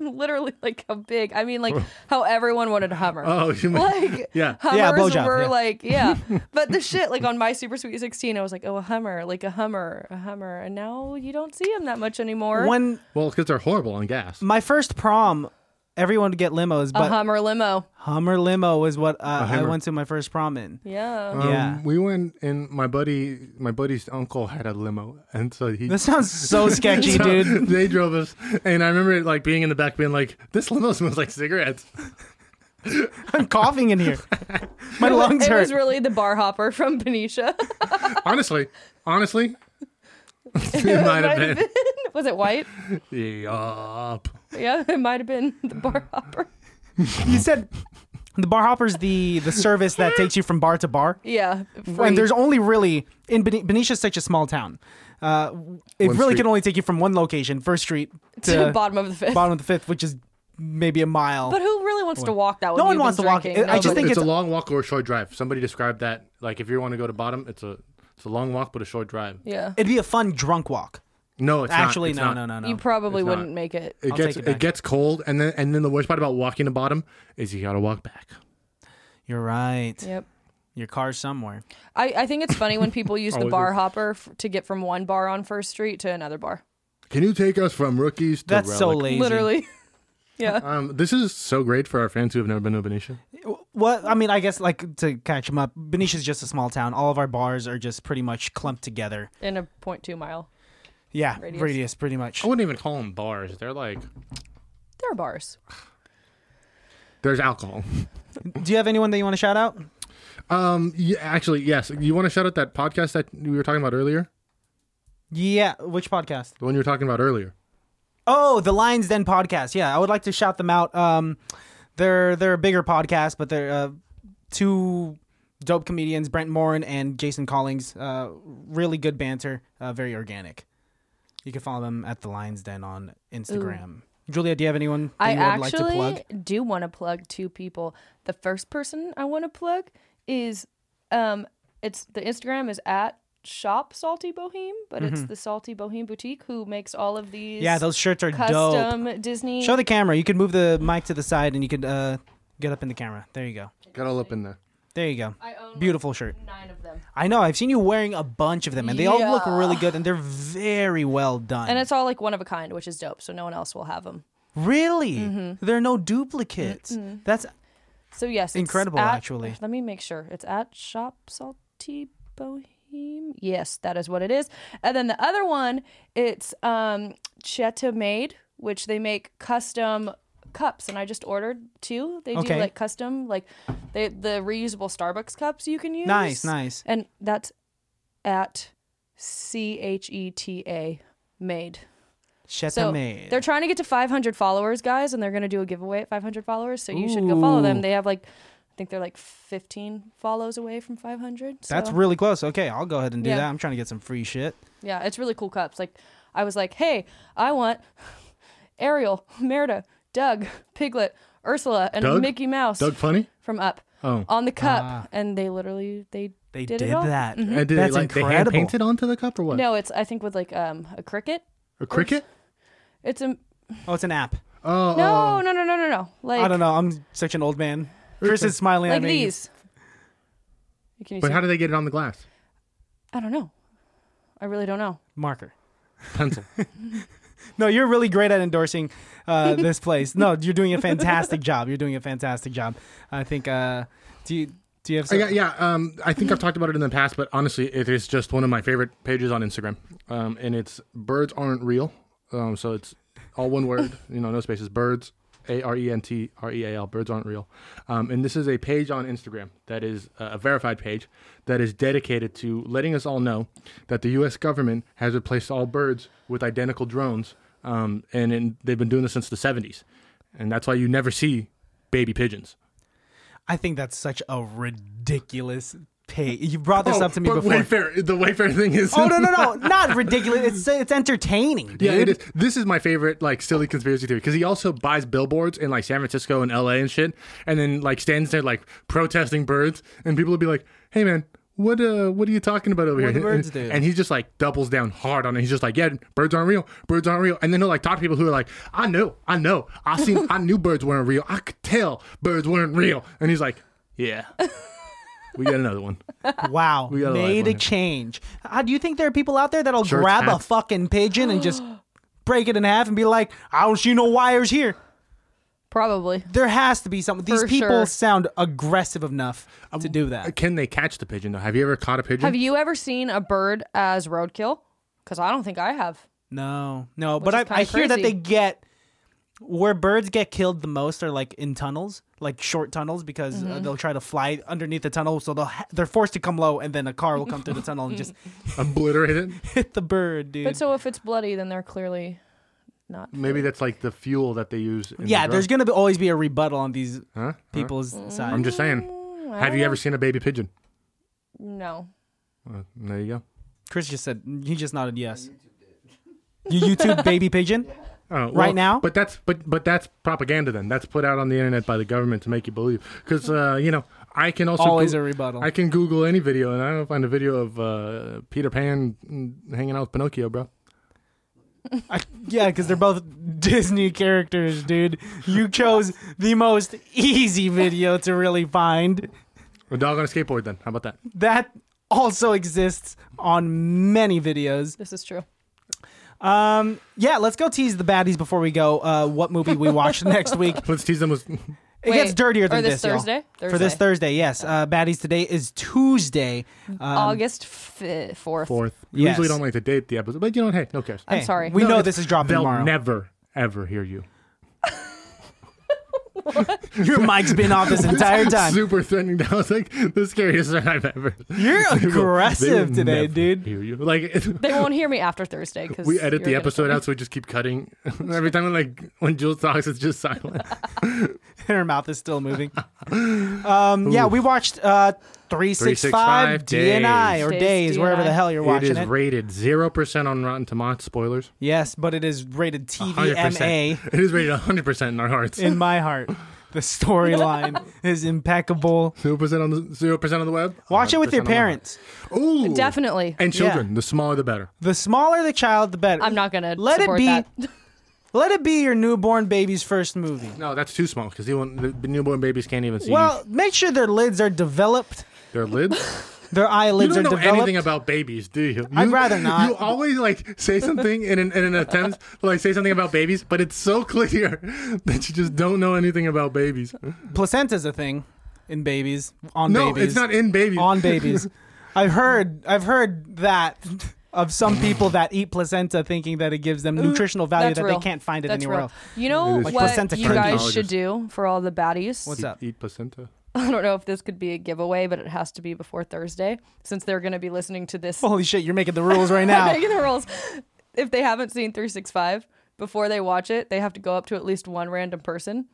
Speaker 5: how literally like how big. I mean like how everyone wanted a Hummer.
Speaker 2: Oh, you mean-
Speaker 5: like
Speaker 2: yeah.
Speaker 5: Hummers
Speaker 4: Yeah, blowjob,
Speaker 5: were
Speaker 4: yeah.
Speaker 5: like yeah, but the shit like on my Super Sweet Sixteen, I was like oh a Hummer, like a Hummer, a Hummer, and now you don't see them that much anymore.
Speaker 4: when
Speaker 2: Well, because they're horrible on gas.
Speaker 4: my first prom, everyone would get limos,
Speaker 5: a
Speaker 4: but
Speaker 5: Hummer limo,
Speaker 4: Hummer limo was what uh, I
Speaker 2: Hummer.
Speaker 4: went to my first prom in.
Speaker 5: yeah.
Speaker 2: Um,
Speaker 4: Yeah.
Speaker 2: we went and my buddy, my buddy's uncle had a limo, and so he.
Speaker 4: This sounds so sketchy,
Speaker 2: so
Speaker 4: dude.
Speaker 2: They drove us, and I remember it, like being in the back, being like, "This limo smells like cigarettes."
Speaker 4: I'm coughing in here. My lungs
Speaker 5: it
Speaker 4: hurt.
Speaker 5: was really the bar hopper from Benicia.
Speaker 2: honestly, honestly, it might have been.
Speaker 5: was it white?
Speaker 2: Yup.
Speaker 5: Yeah, it might have been the bar hopper.
Speaker 4: you said the bar hopper's the the service that takes you from bar to bar.
Speaker 5: Yeah, free.
Speaker 4: And there's only really in Ben- Benicia's such a small town. Uh, it really
Speaker 2: One street.
Speaker 4: can only take you from one location, first street
Speaker 5: to
Speaker 4: to,
Speaker 5: the bottom of the fifth.
Speaker 4: bottom of the fifth, which is maybe a mile.
Speaker 5: But who really wants to walk that? when
Speaker 4: No one
Speaker 5: you've been
Speaker 4: wants to walk
Speaker 5: drinking?
Speaker 4: it. I just
Speaker 5: Nobody.
Speaker 4: think
Speaker 2: it's, a
Speaker 4: it's-
Speaker 2: long walk or a short drive. Somebody described that. Like, if you want to go to bottom, it's a it's a long walk but a short drive.
Speaker 5: yeah.
Speaker 4: It'd be a fun drunk walk.
Speaker 2: No, it's not.
Speaker 4: Actually,
Speaker 2: It's
Speaker 4: no,
Speaker 2: not.
Speaker 4: no, no, no,
Speaker 5: You probably
Speaker 2: It's not.
Speaker 5: wouldn't make it.
Speaker 2: It
Speaker 4: I'll
Speaker 2: gets
Speaker 4: take it
Speaker 2: it,
Speaker 4: back.
Speaker 2: gets cold, and then and then the worst part about walking to bottom is you gotta walk back.
Speaker 4: You're right.
Speaker 5: Yep.
Speaker 4: Your car's somewhere.
Speaker 5: I, I think it's funny when people use the
Speaker 2: Always
Speaker 5: bar
Speaker 2: is.
Speaker 5: hopper f- to get from one bar on First Street to another bar.
Speaker 2: Can you take us from rookies to
Speaker 4: That's so
Speaker 2: relic?
Speaker 4: lazy.
Speaker 5: Literally. yeah.
Speaker 2: Um, this is so great for our fans who have never been to Benicia.
Speaker 4: Well, I mean, I guess like to catch him up. Benicia's just a small town. All of our bars are just pretty much clumped together.
Speaker 5: In a point two mile.
Speaker 4: Yeah,
Speaker 5: Radius.
Speaker 4: radius, pretty much.
Speaker 2: I wouldn't even call them bars. They're like
Speaker 5: There are bars.
Speaker 2: there's alcohol.
Speaker 4: Do you have anyone that you want to shout out?
Speaker 2: Um, yeah, actually, yes. You want to shout out that podcast that we were talking about earlier?
Speaker 4: Yeah, which podcast?
Speaker 2: The one you were talking about earlier.
Speaker 4: Oh, the Lions Den podcast. Yeah, I would like to shout them out. Um, they're they're a bigger podcast, but they're uh, two dope comedians, Brent Morin and Jason Collings. Uh, really good banter, uh, very organic. You can follow them at the Lions Den on Instagram. Julia, do you have anyone that
Speaker 5: I
Speaker 4: you would like to
Speaker 5: actually
Speaker 4: plug?
Speaker 5: do want to plug two people. The first person I want to plug is um it's the Instagram is at shop salty boheme, but it's the salty boheme boutique who makes all of these
Speaker 4: Mm-hmm. Yeah, those shirts are dope.
Speaker 5: custom Disney
Speaker 4: Show the camera. You can move the mic to the side and you could uh, get up in the camera. There you go.
Speaker 2: Got all up in there.
Speaker 4: There you go.
Speaker 5: I own
Speaker 4: Beautiful shirt.
Speaker 5: nine of them.
Speaker 4: I know. I've seen you wearing a bunch of them, and they all look
Speaker 5: Yeah.
Speaker 4: really good, and they're very well done.
Speaker 5: And it's all like one of a kind, which is dope. So no one else will have them.
Speaker 4: really,
Speaker 5: Mm-hmm.
Speaker 4: there are no duplicates. That's
Speaker 5: So yes, it's
Speaker 4: Incredible,
Speaker 5: at-
Speaker 4: actually.
Speaker 5: Let me make sure it's at Shop Salty Boheme. Yes, that is what it is. And then the other one, it's um, Cheta Made, which they make custom cups, and I just ordered two. They
Speaker 4: Okay.
Speaker 5: do like custom, like they, the reusable Starbucks cups you can use.
Speaker 4: Nice, nice.
Speaker 5: And that's at C H E T A Made.
Speaker 4: Cheta
Speaker 5: So
Speaker 4: made.
Speaker 5: they're trying to get to 500 followers, guys, and they're going to do a giveaway at 500 followers. So you should go follow them.
Speaker 4: Ooh.
Speaker 5: They have like, I think they're like 15 follows away from 500. So,
Speaker 4: That's really close. Okay, I'll go ahead and do
Speaker 5: Yeah.
Speaker 4: that. I'm trying to get some free shit.
Speaker 5: yeah, it's really cool cups. Like, I was like, hey, I want Ariel, Merida, Doug, Piglet, Ursula, and
Speaker 2: Doug?
Speaker 5: Mickey Mouse
Speaker 2: Doug Funny?
Speaker 5: from Up
Speaker 2: Oh.
Speaker 5: on the cup,
Speaker 4: Ah.
Speaker 5: and they literally they
Speaker 4: They
Speaker 5: did,
Speaker 4: did,
Speaker 5: it all. Mm-hmm.
Speaker 4: that.
Speaker 2: And did
Speaker 4: That's
Speaker 2: they, like, They hand
Speaker 4: incredible.
Speaker 2: painted onto the cup or what?
Speaker 5: No, it's I think with like um a cricket.
Speaker 2: A cricket?
Speaker 5: It's a no,
Speaker 4: Oh, it's an app.
Speaker 2: Oh,
Speaker 5: no, no, no, no, no. Like
Speaker 4: I don't know. I'm such an old man. Chris is smiling
Speaker 5: like
Speaker 4: at me.
Speaker 5: these. Can you
Speaker 2: But
Speaker 5: see?
Speaker 2: how do they get it on the glass?
Speaker 5: I don't know. I really don't know.
Speaker 4: Marker.
Speaker 2: Pencil.
Speaker 4: No, you're really great at endorsing uh, this place. No, you're doing a fantastic job. You're doing a fantastic job. I think. Uh, do you do you have?
Speaker 2: I
Speaker 4: Some,
Speaker 2: got, yeah, um, I think I've talked about it in the past, but honestly, it is just one of my favorite pages on Instagram. Um, and it's birds aren't real. Um, so it's all one word, you know, no spaces. Birds, A R E N T R E A L, birds aren't real. Um, and this is a page on Instagram that is uh, a verified page that is dedicated to letting us all know that the U.S. government has replaced all birds with identical drones. Um, and, and they've been doing this since the 70s. And that's why you never see baby pigeons.
Speaker 4: I think that's such a ridiculous pay. You brought this
Speaker 2: Oh,
Speaker 4: up to me
Speaker 2: but
Speaker 4: before.
Speaker 2: Wayfair, the Wayfair thing is.
Speaker 4: Oh no no no! Not ridiculous. It's it's entertaining, dude.
Speaker 2: Yeah, it is. This is my favorite, like, silly conspiracy theory because he also buys billboards in like San Francisco and L.A. and shit, and then like stands there like protesting birds, and people will be like, "Hey, man, what uh, what are you talking about over here?"
Speaker 4: do birds
Speaker 2: and,
Speaker 4: do?
Speaker 2: and he just like doubles down hard on it. He's just like, "Yeah, birds aren't real. Birds aren't real." And then he'll like talk to people who are like, "I know, I know, I seen, I knew birds weren't real. I could tell birds weren't real." And he's like, "Yeah, we got another one."
Speaker 4: Wow,
Speaker 2: got a
Speaker 4: made
Speaker 2: live one
Speaker 4: a
Speaker 2: here.
Speaker 4: change. Uh, do you think there are people out there that'll
Speaker 2: Shirts,
Speaker 4: grab a
Speaker 2: hats.
Speaker 4: fucking pigeon and just break it in half and be like, "I don't see no wires here"?
Speaker 5: Probably.
Speaker 4: There has to be something. These
Speaker 5: For
Speaker 4: people
Speaker 5: sure.
Speaker 4: sound aggressive enough
Speaker 2: Um,
Speaker 4: to do that.
Speaker 2: Uh, Can they catch the pigeon though? Have you ever caught a pigeon?
Speaker 5: Have you ever seen a bird as roadkill? Because I don't think I have.
Speaker 4: No, no, but
Speaker 5: is
Speaker 4: I, I
Speaker 5: kinda
Speaker 4: hear that they
Speaker 5: crazy.
Speaker 4: get where birds get killed the most are like in tunnels, like short tunnels, because uh,
Speaker 5: Mm-hmm.
Speaker 4: they'll try to fly underneath the tunnel, so they'll ha- they're forced to come low, and then a car will come through the tunnel and just
Speaker 2: Obliterate it.
Speaker 4: hit the bird, dude.
Speaker 5: But so if it's bloody, then they're clearly not.
Speaker 4: Mm.
Speaker 2: Maybe that's like the fuel that they use. In the
Speaker 4: yeah,
Speaker 2: drone.
Speaker 4: there's gonna be, always be a rebuttal on these
Speaker 2: Huh?
Speaker 4: people's
Speaker 5: Mm-hmm.
Speaker 4: side.
Speaker 2: I'm just saying.
Speaker 5: Hmm,
Speaker 2: Have you ever seen a baby pigeon?
Speaker 5: No.
Speaker 2: Uh, there you
Speaker 4: Chris just said he just nodded yes. You YouTube baby pigeon?
Speaker 2: go. Oh, well,
Speaker 4: Right now?
Speaker 2: but that's but but that's propaganda. Then that's put out on the internet by the government to make you believe. Because uh, you know, I can also
Speaker 4: Always
Speaker 2: Goo-
Speaker 4: a rebuttal.
Speaker 2: I can Google any video, and I don't find a video of uh, Peter Pan mm, hanging out with Pinocchio, bro.
Speaker 4: I, yeah, because they're both Disney characters, dude. You chose the most easy video to really find.
Speaker 2: A dog on a skateboard. Then how about that?
Speaker 4: That also exists on many videos.
Speaker 5: This is true.
Speaker 4: Um, yeah, let's go tease the baddies before we go. Uh, what movie we watch next week?
Speaker 2: Let's tease them with.
Speaker 4: It
Speaker 5: Wait,
Speaker 4: gets dirtier
Speaker 5: or
Speaker 4: than
Speaker 5: this
Speaker 4: y'all.
Speaker 5: Thursday?
Speaker 4: For this
Speaker 5: Thursday.
Speaker 4: Thursday, yes. Uh, baddies today is Tuesday. Um,
Speaker 5: August fi 4th.
Speaker 2: Fourth. We
Speaker 4: Yes.
Speaker 2: usually don't like to date the episode, but you know, hey, no cares.
Speaker 5: I'm
Speaker 4: Hey,
Speaker 5: sorry.
Speaker 4: We
Speaker 2: No,
Speaker 4: know
Speaker 2: it's-
Speaker 4: this is dropping
Speaker 2: They'll
Speaker 4: tomorrow.
Speaker 2: never ever hear you.
Speaker 4: Your mic's been off this entire time.
Speaker 2: Super threatening. I was like the scariest threat I've ever.
Speaker 4: You're
Speaker 2: They will- they will
Speaker 4: aggressive today,
Speaker 2: never
Speaker 4: dude.
Speaker 2: Hear you like
Speaker 5: They won't hear me after Thursday because
Speaker 2: we edit the episode out, so we just keep cutting. Every time like when Jules talks, it's just silent.
Speaker 4: Her mouth is still moving. Um, yeah, we watched uh, 365
Speaker 2: 365
Speaker 4: DNI or
Speaker 5: Days.
Speaker 4: days,
Speaker 5: Days,
Speaker 4: wherever
Speaker 5: DNI.
Speaker 4: the hell you're
Speaker 2: it
Speaker 4: watching
Speaker 2: is
Speaker 4: it.
Speaker 2: rated zero percent on Rotten Tomatoes. Spoilers.
Speaker 4: yes, but it is rated
Speaker 2: 100%.
Speaker 4: TVMA
Speaker 2: It is rated hundred percent in our hearts.
Speaker 4: in my heart. The storyline is impeccable.
Speaker 2: Zero percent on the zero percent on the web.
Speaker 4: Watch it with your
Speaker 2: 100% on the
Speaker 4: parents.
Speaker 2: web. Ooh,
Speaker 5: Definitely.
Speaker 2: And children,
Speaker 4: Yeah.
Speaker 2: the smaller the better.
Speaker 4: The smaller the child, the better.
Speaker 5: I'm not going to
Speaker 4: Let it
Speaker 5: support
Speaker 4: be-
Speaker 5: that.
Speaker 4: Let it be your newborn baby's first movie.
Speaker 2: No, that's too small because the the newborn babies can't even see
Speaker 4: Well, make sure their lids are developed.
Speaker 2: their lids.
Speaker 4: Their
Speaker 2: You
Speaker 4: eyelids
Speaker 2: don't know
Speaker 4: are developed.
Speaker 2: anything about babies, do you?
Speaker 4: I'd
Speaker 2: You-
Speaker 4: rather not.
Speaker 2: You always like say something in an, in an attempt to like say something about babies, but it's so clear that you just don't know anything about babies.
Speaker 4: Placenta's a thing in babies on
Speaker 2: No,
Speaker 4: babies.
Speaker 2: it's not in babies.
Speaker 4: on babies. I've heard I've heard that of some people that eat placenta thinking that it gives them nutritional value
Speaker 5: Uh, That's
Speaker 4: that
Speaker 5: real.
Speaker 4: they can't find it
Speaker 5: That's
Speaker 4: anywhere
Speaker 5: real.
Speaker 4: else.
Speaker 5: You know
Speaker 2: It is
Speaker 5: what
Speaker 4: placenta
Speaker 5: you guys
Speaker 2: cardiologist.
Speaker 5: should do for all the baddies?
Speaker 4: What's
Speaker 2: eat,
Speaker 4: up?
Speaker 2: Eat placenta.
Speaker 5: I don't know if this could be a giveaway, but it has to be before Thursday since they're going to be listening to this.
Speaker 4: Holy shit, you're making the rules right now.
Speaker 5: Making the rules. If they haven't seen 365, before they watch it, they have to go up to at least one random person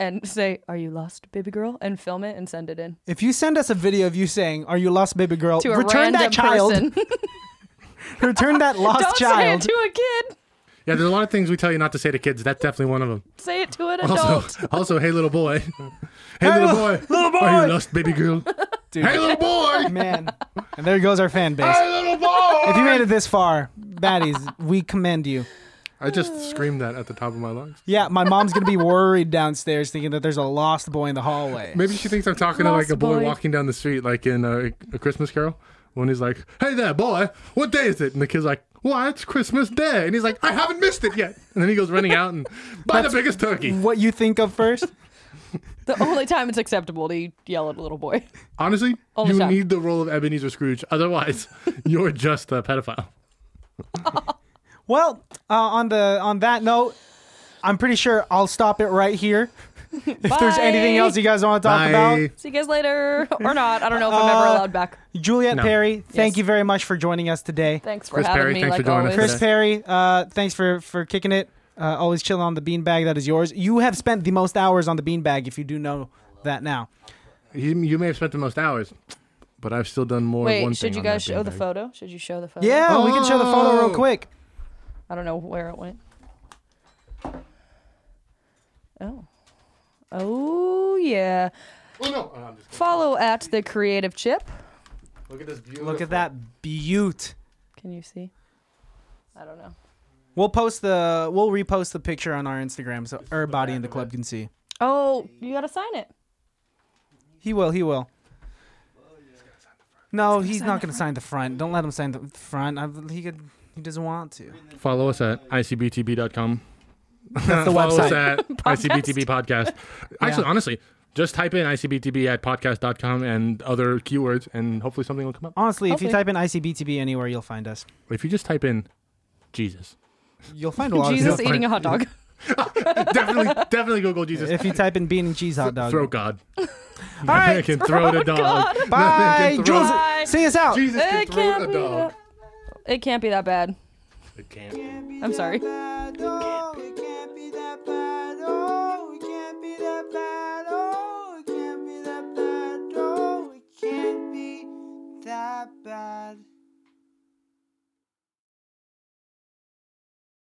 Speaker 5: and say, Are you lost, baby girl? and film it and send it in
Speaker 4: if you send us a video of you saying, "Are you lost, baby girl?"
Speaker 5: to a
Speaker 4: return
Speaker 5: random
Speaker 4: that child.
Speaker 5: person.
Speaker 4: Return that lost
Speaker 5: don't say
Speaker 4: child.
Speaker 5: it to a kid.
Speaker 2: Yeah, there's a lot of things we tell you not to say to kids. That's definitely one of them.
Speaker 5: Say it to an adult.
Speaker 2: Also, also, hey little boy, hey little boy,
Speaker 4: little boy.
Speaker 2: are you lost, baby girl?
Speaker 4: Dude.
Speaker 2: Hey little boy,
Speaker 4: Man, and there goes our fan base.
Speaker 2: hey little boy.
Speaker 4: If you made it this far, baddies, we commend you.
Speaker 2: I just screamed that at the top of my lungs.
Speaker 4: Yeah, my mom's gonna be worried downstairs, thinking that there's a lost boy in the hallway.
Speaker 2: Maybe she thinks I'm talking to like
Speaker 5: Lost
Speaker 2: a boy,
Speaker 5: boy.
Speaker 2: walking down the street, like in uh, a Christmas Carol, when he's like, "Hey there, boy, what day is it?" And the kid's like, "Why, it's Christmas Day," and he's like, "I haven't missed it yet." And then he goes running out and buy the biggest turkey.
Speaker 4: What you think of first?
Speaker 5: The only time it's acceptable to yell at a little boy.
Speaker 2: Honestly,
Speaker 5: All the
Speaker 2: you
Speaker 5: time.
Speaker 2: need the role of Ebenezer Scrooge, otherwise, you're just a pedophile.
Speaker 4: Well, uh, on the on that note, I'm pretty sure I'll stop it right here. if there's
Speaker 5: Bye.
Speaker 4: anything else you guys want to talk
Speaker 2: Bye.
Speaker 4: about,
Speaker 5: See you guys later or not. I don't know if I'm ever
Speaker 4: Uh,
Speaker 5: allowed back.
Speaker 4: Juliet
Speaker 2: No.
Speaker 4: Perry, thank
Speaker 5: Yes.
Speaker 4: you very much for joining us today.
Speaker 5: Thanks for
Speaker 2: Chris
Speaker 5: having
Speaker 2: Perry,
Speaker 5: me.
Speaker 2: thanks
Speaker 5: Like
Speaker 2: for joining us today.
Speaker 5: always,
Speaker 4: Chris Perry, uh, thanks for for kicking it. Uh, always chilling on the beanbag. That is yours. You have spent the most hours on the beanbag, if you do know that now.
Speaker 2: You, you may have spent the most hours, but I've still done more.
Speaker 5: Wait,
Speaker 2: one thing
Speaker 5: should you
Speaker 2: on
Speaker 5: guys
Speaker 2: that
Speaker 5: show the
Speaker 2: beanbag.
Speaker 5: photo? Should you show the photo?
Speaker 4: Yeah, we can show the photo real
Speaker 2: Oh.
Speaker 4: quick.
Speaker 5: I don't know where it went. Oh. Oh yeah.
Speaker 2: Oh no! Oh, I'm just kidding.
Speaker 5: Follow at the creative chip.
Speaker 2: Look at this beautiful.
Speaker 4: Look at that beaut.
Speaker 5: Can you see? I don't know.
Speaker 4: We'll post the we'll repost the picture on our Instagram so everybody in the club can see.
Speaker 5: Oh, you gotta sign it.
Speaker 4: He will. He will. No, he's not going to sign the front. Don't let him sign the front. I, he could. He doesn't want to.
Speaker 2: Follow us at icbtb.com.
Speaker 4: That's the
Speaker 2: Follow us
Speaker 4: website.
Speaker 2: at ICBTB podcast. Actually, honestly, just type in ICBTB at podcast.com and other keywords, and hopefully something will come up.
Speaker 4: Honestly, if you
Speaker 5: Hopefully.
Speaker 4: type in ICBTB anywhere, you'll find us.
Speaker 2: If you just type in Jesus,
Speaker 4: You'll find a lot of
Speaker 5: Jesus
Speaker 4: stuff.
Speaker 5: eating a hot dog.
Speaker 2: definitely, definitely Google Jesus.
Speaker 4: If you type in bean and cheese hot dog.
Speaker 2: throw God. All
Speaker 4: right.
Speaker 2: can throw the dog.
Speaker 4: Bye,
Speaker 2: Nothing can throw-
Speaker 4: Jules.
Speaker 5: Bye.
Speaker 4: See us out.
Speaker 2: Jesus can
Speaker 5: It
Speaker 2: throw
Speaker 5: can't
Speaker 2: the
Speaker 5: be
Speaker 2: dog.
Speaker 5: that. It can't be that bad.
Speaker 2: It can't.
Speaker 5: I'm sorry.
Speaker 1: bad. Oh, it can't be that bad. Oh, it can't be that bad. Oh, it can't be that bad. Oh, it can't be that bad.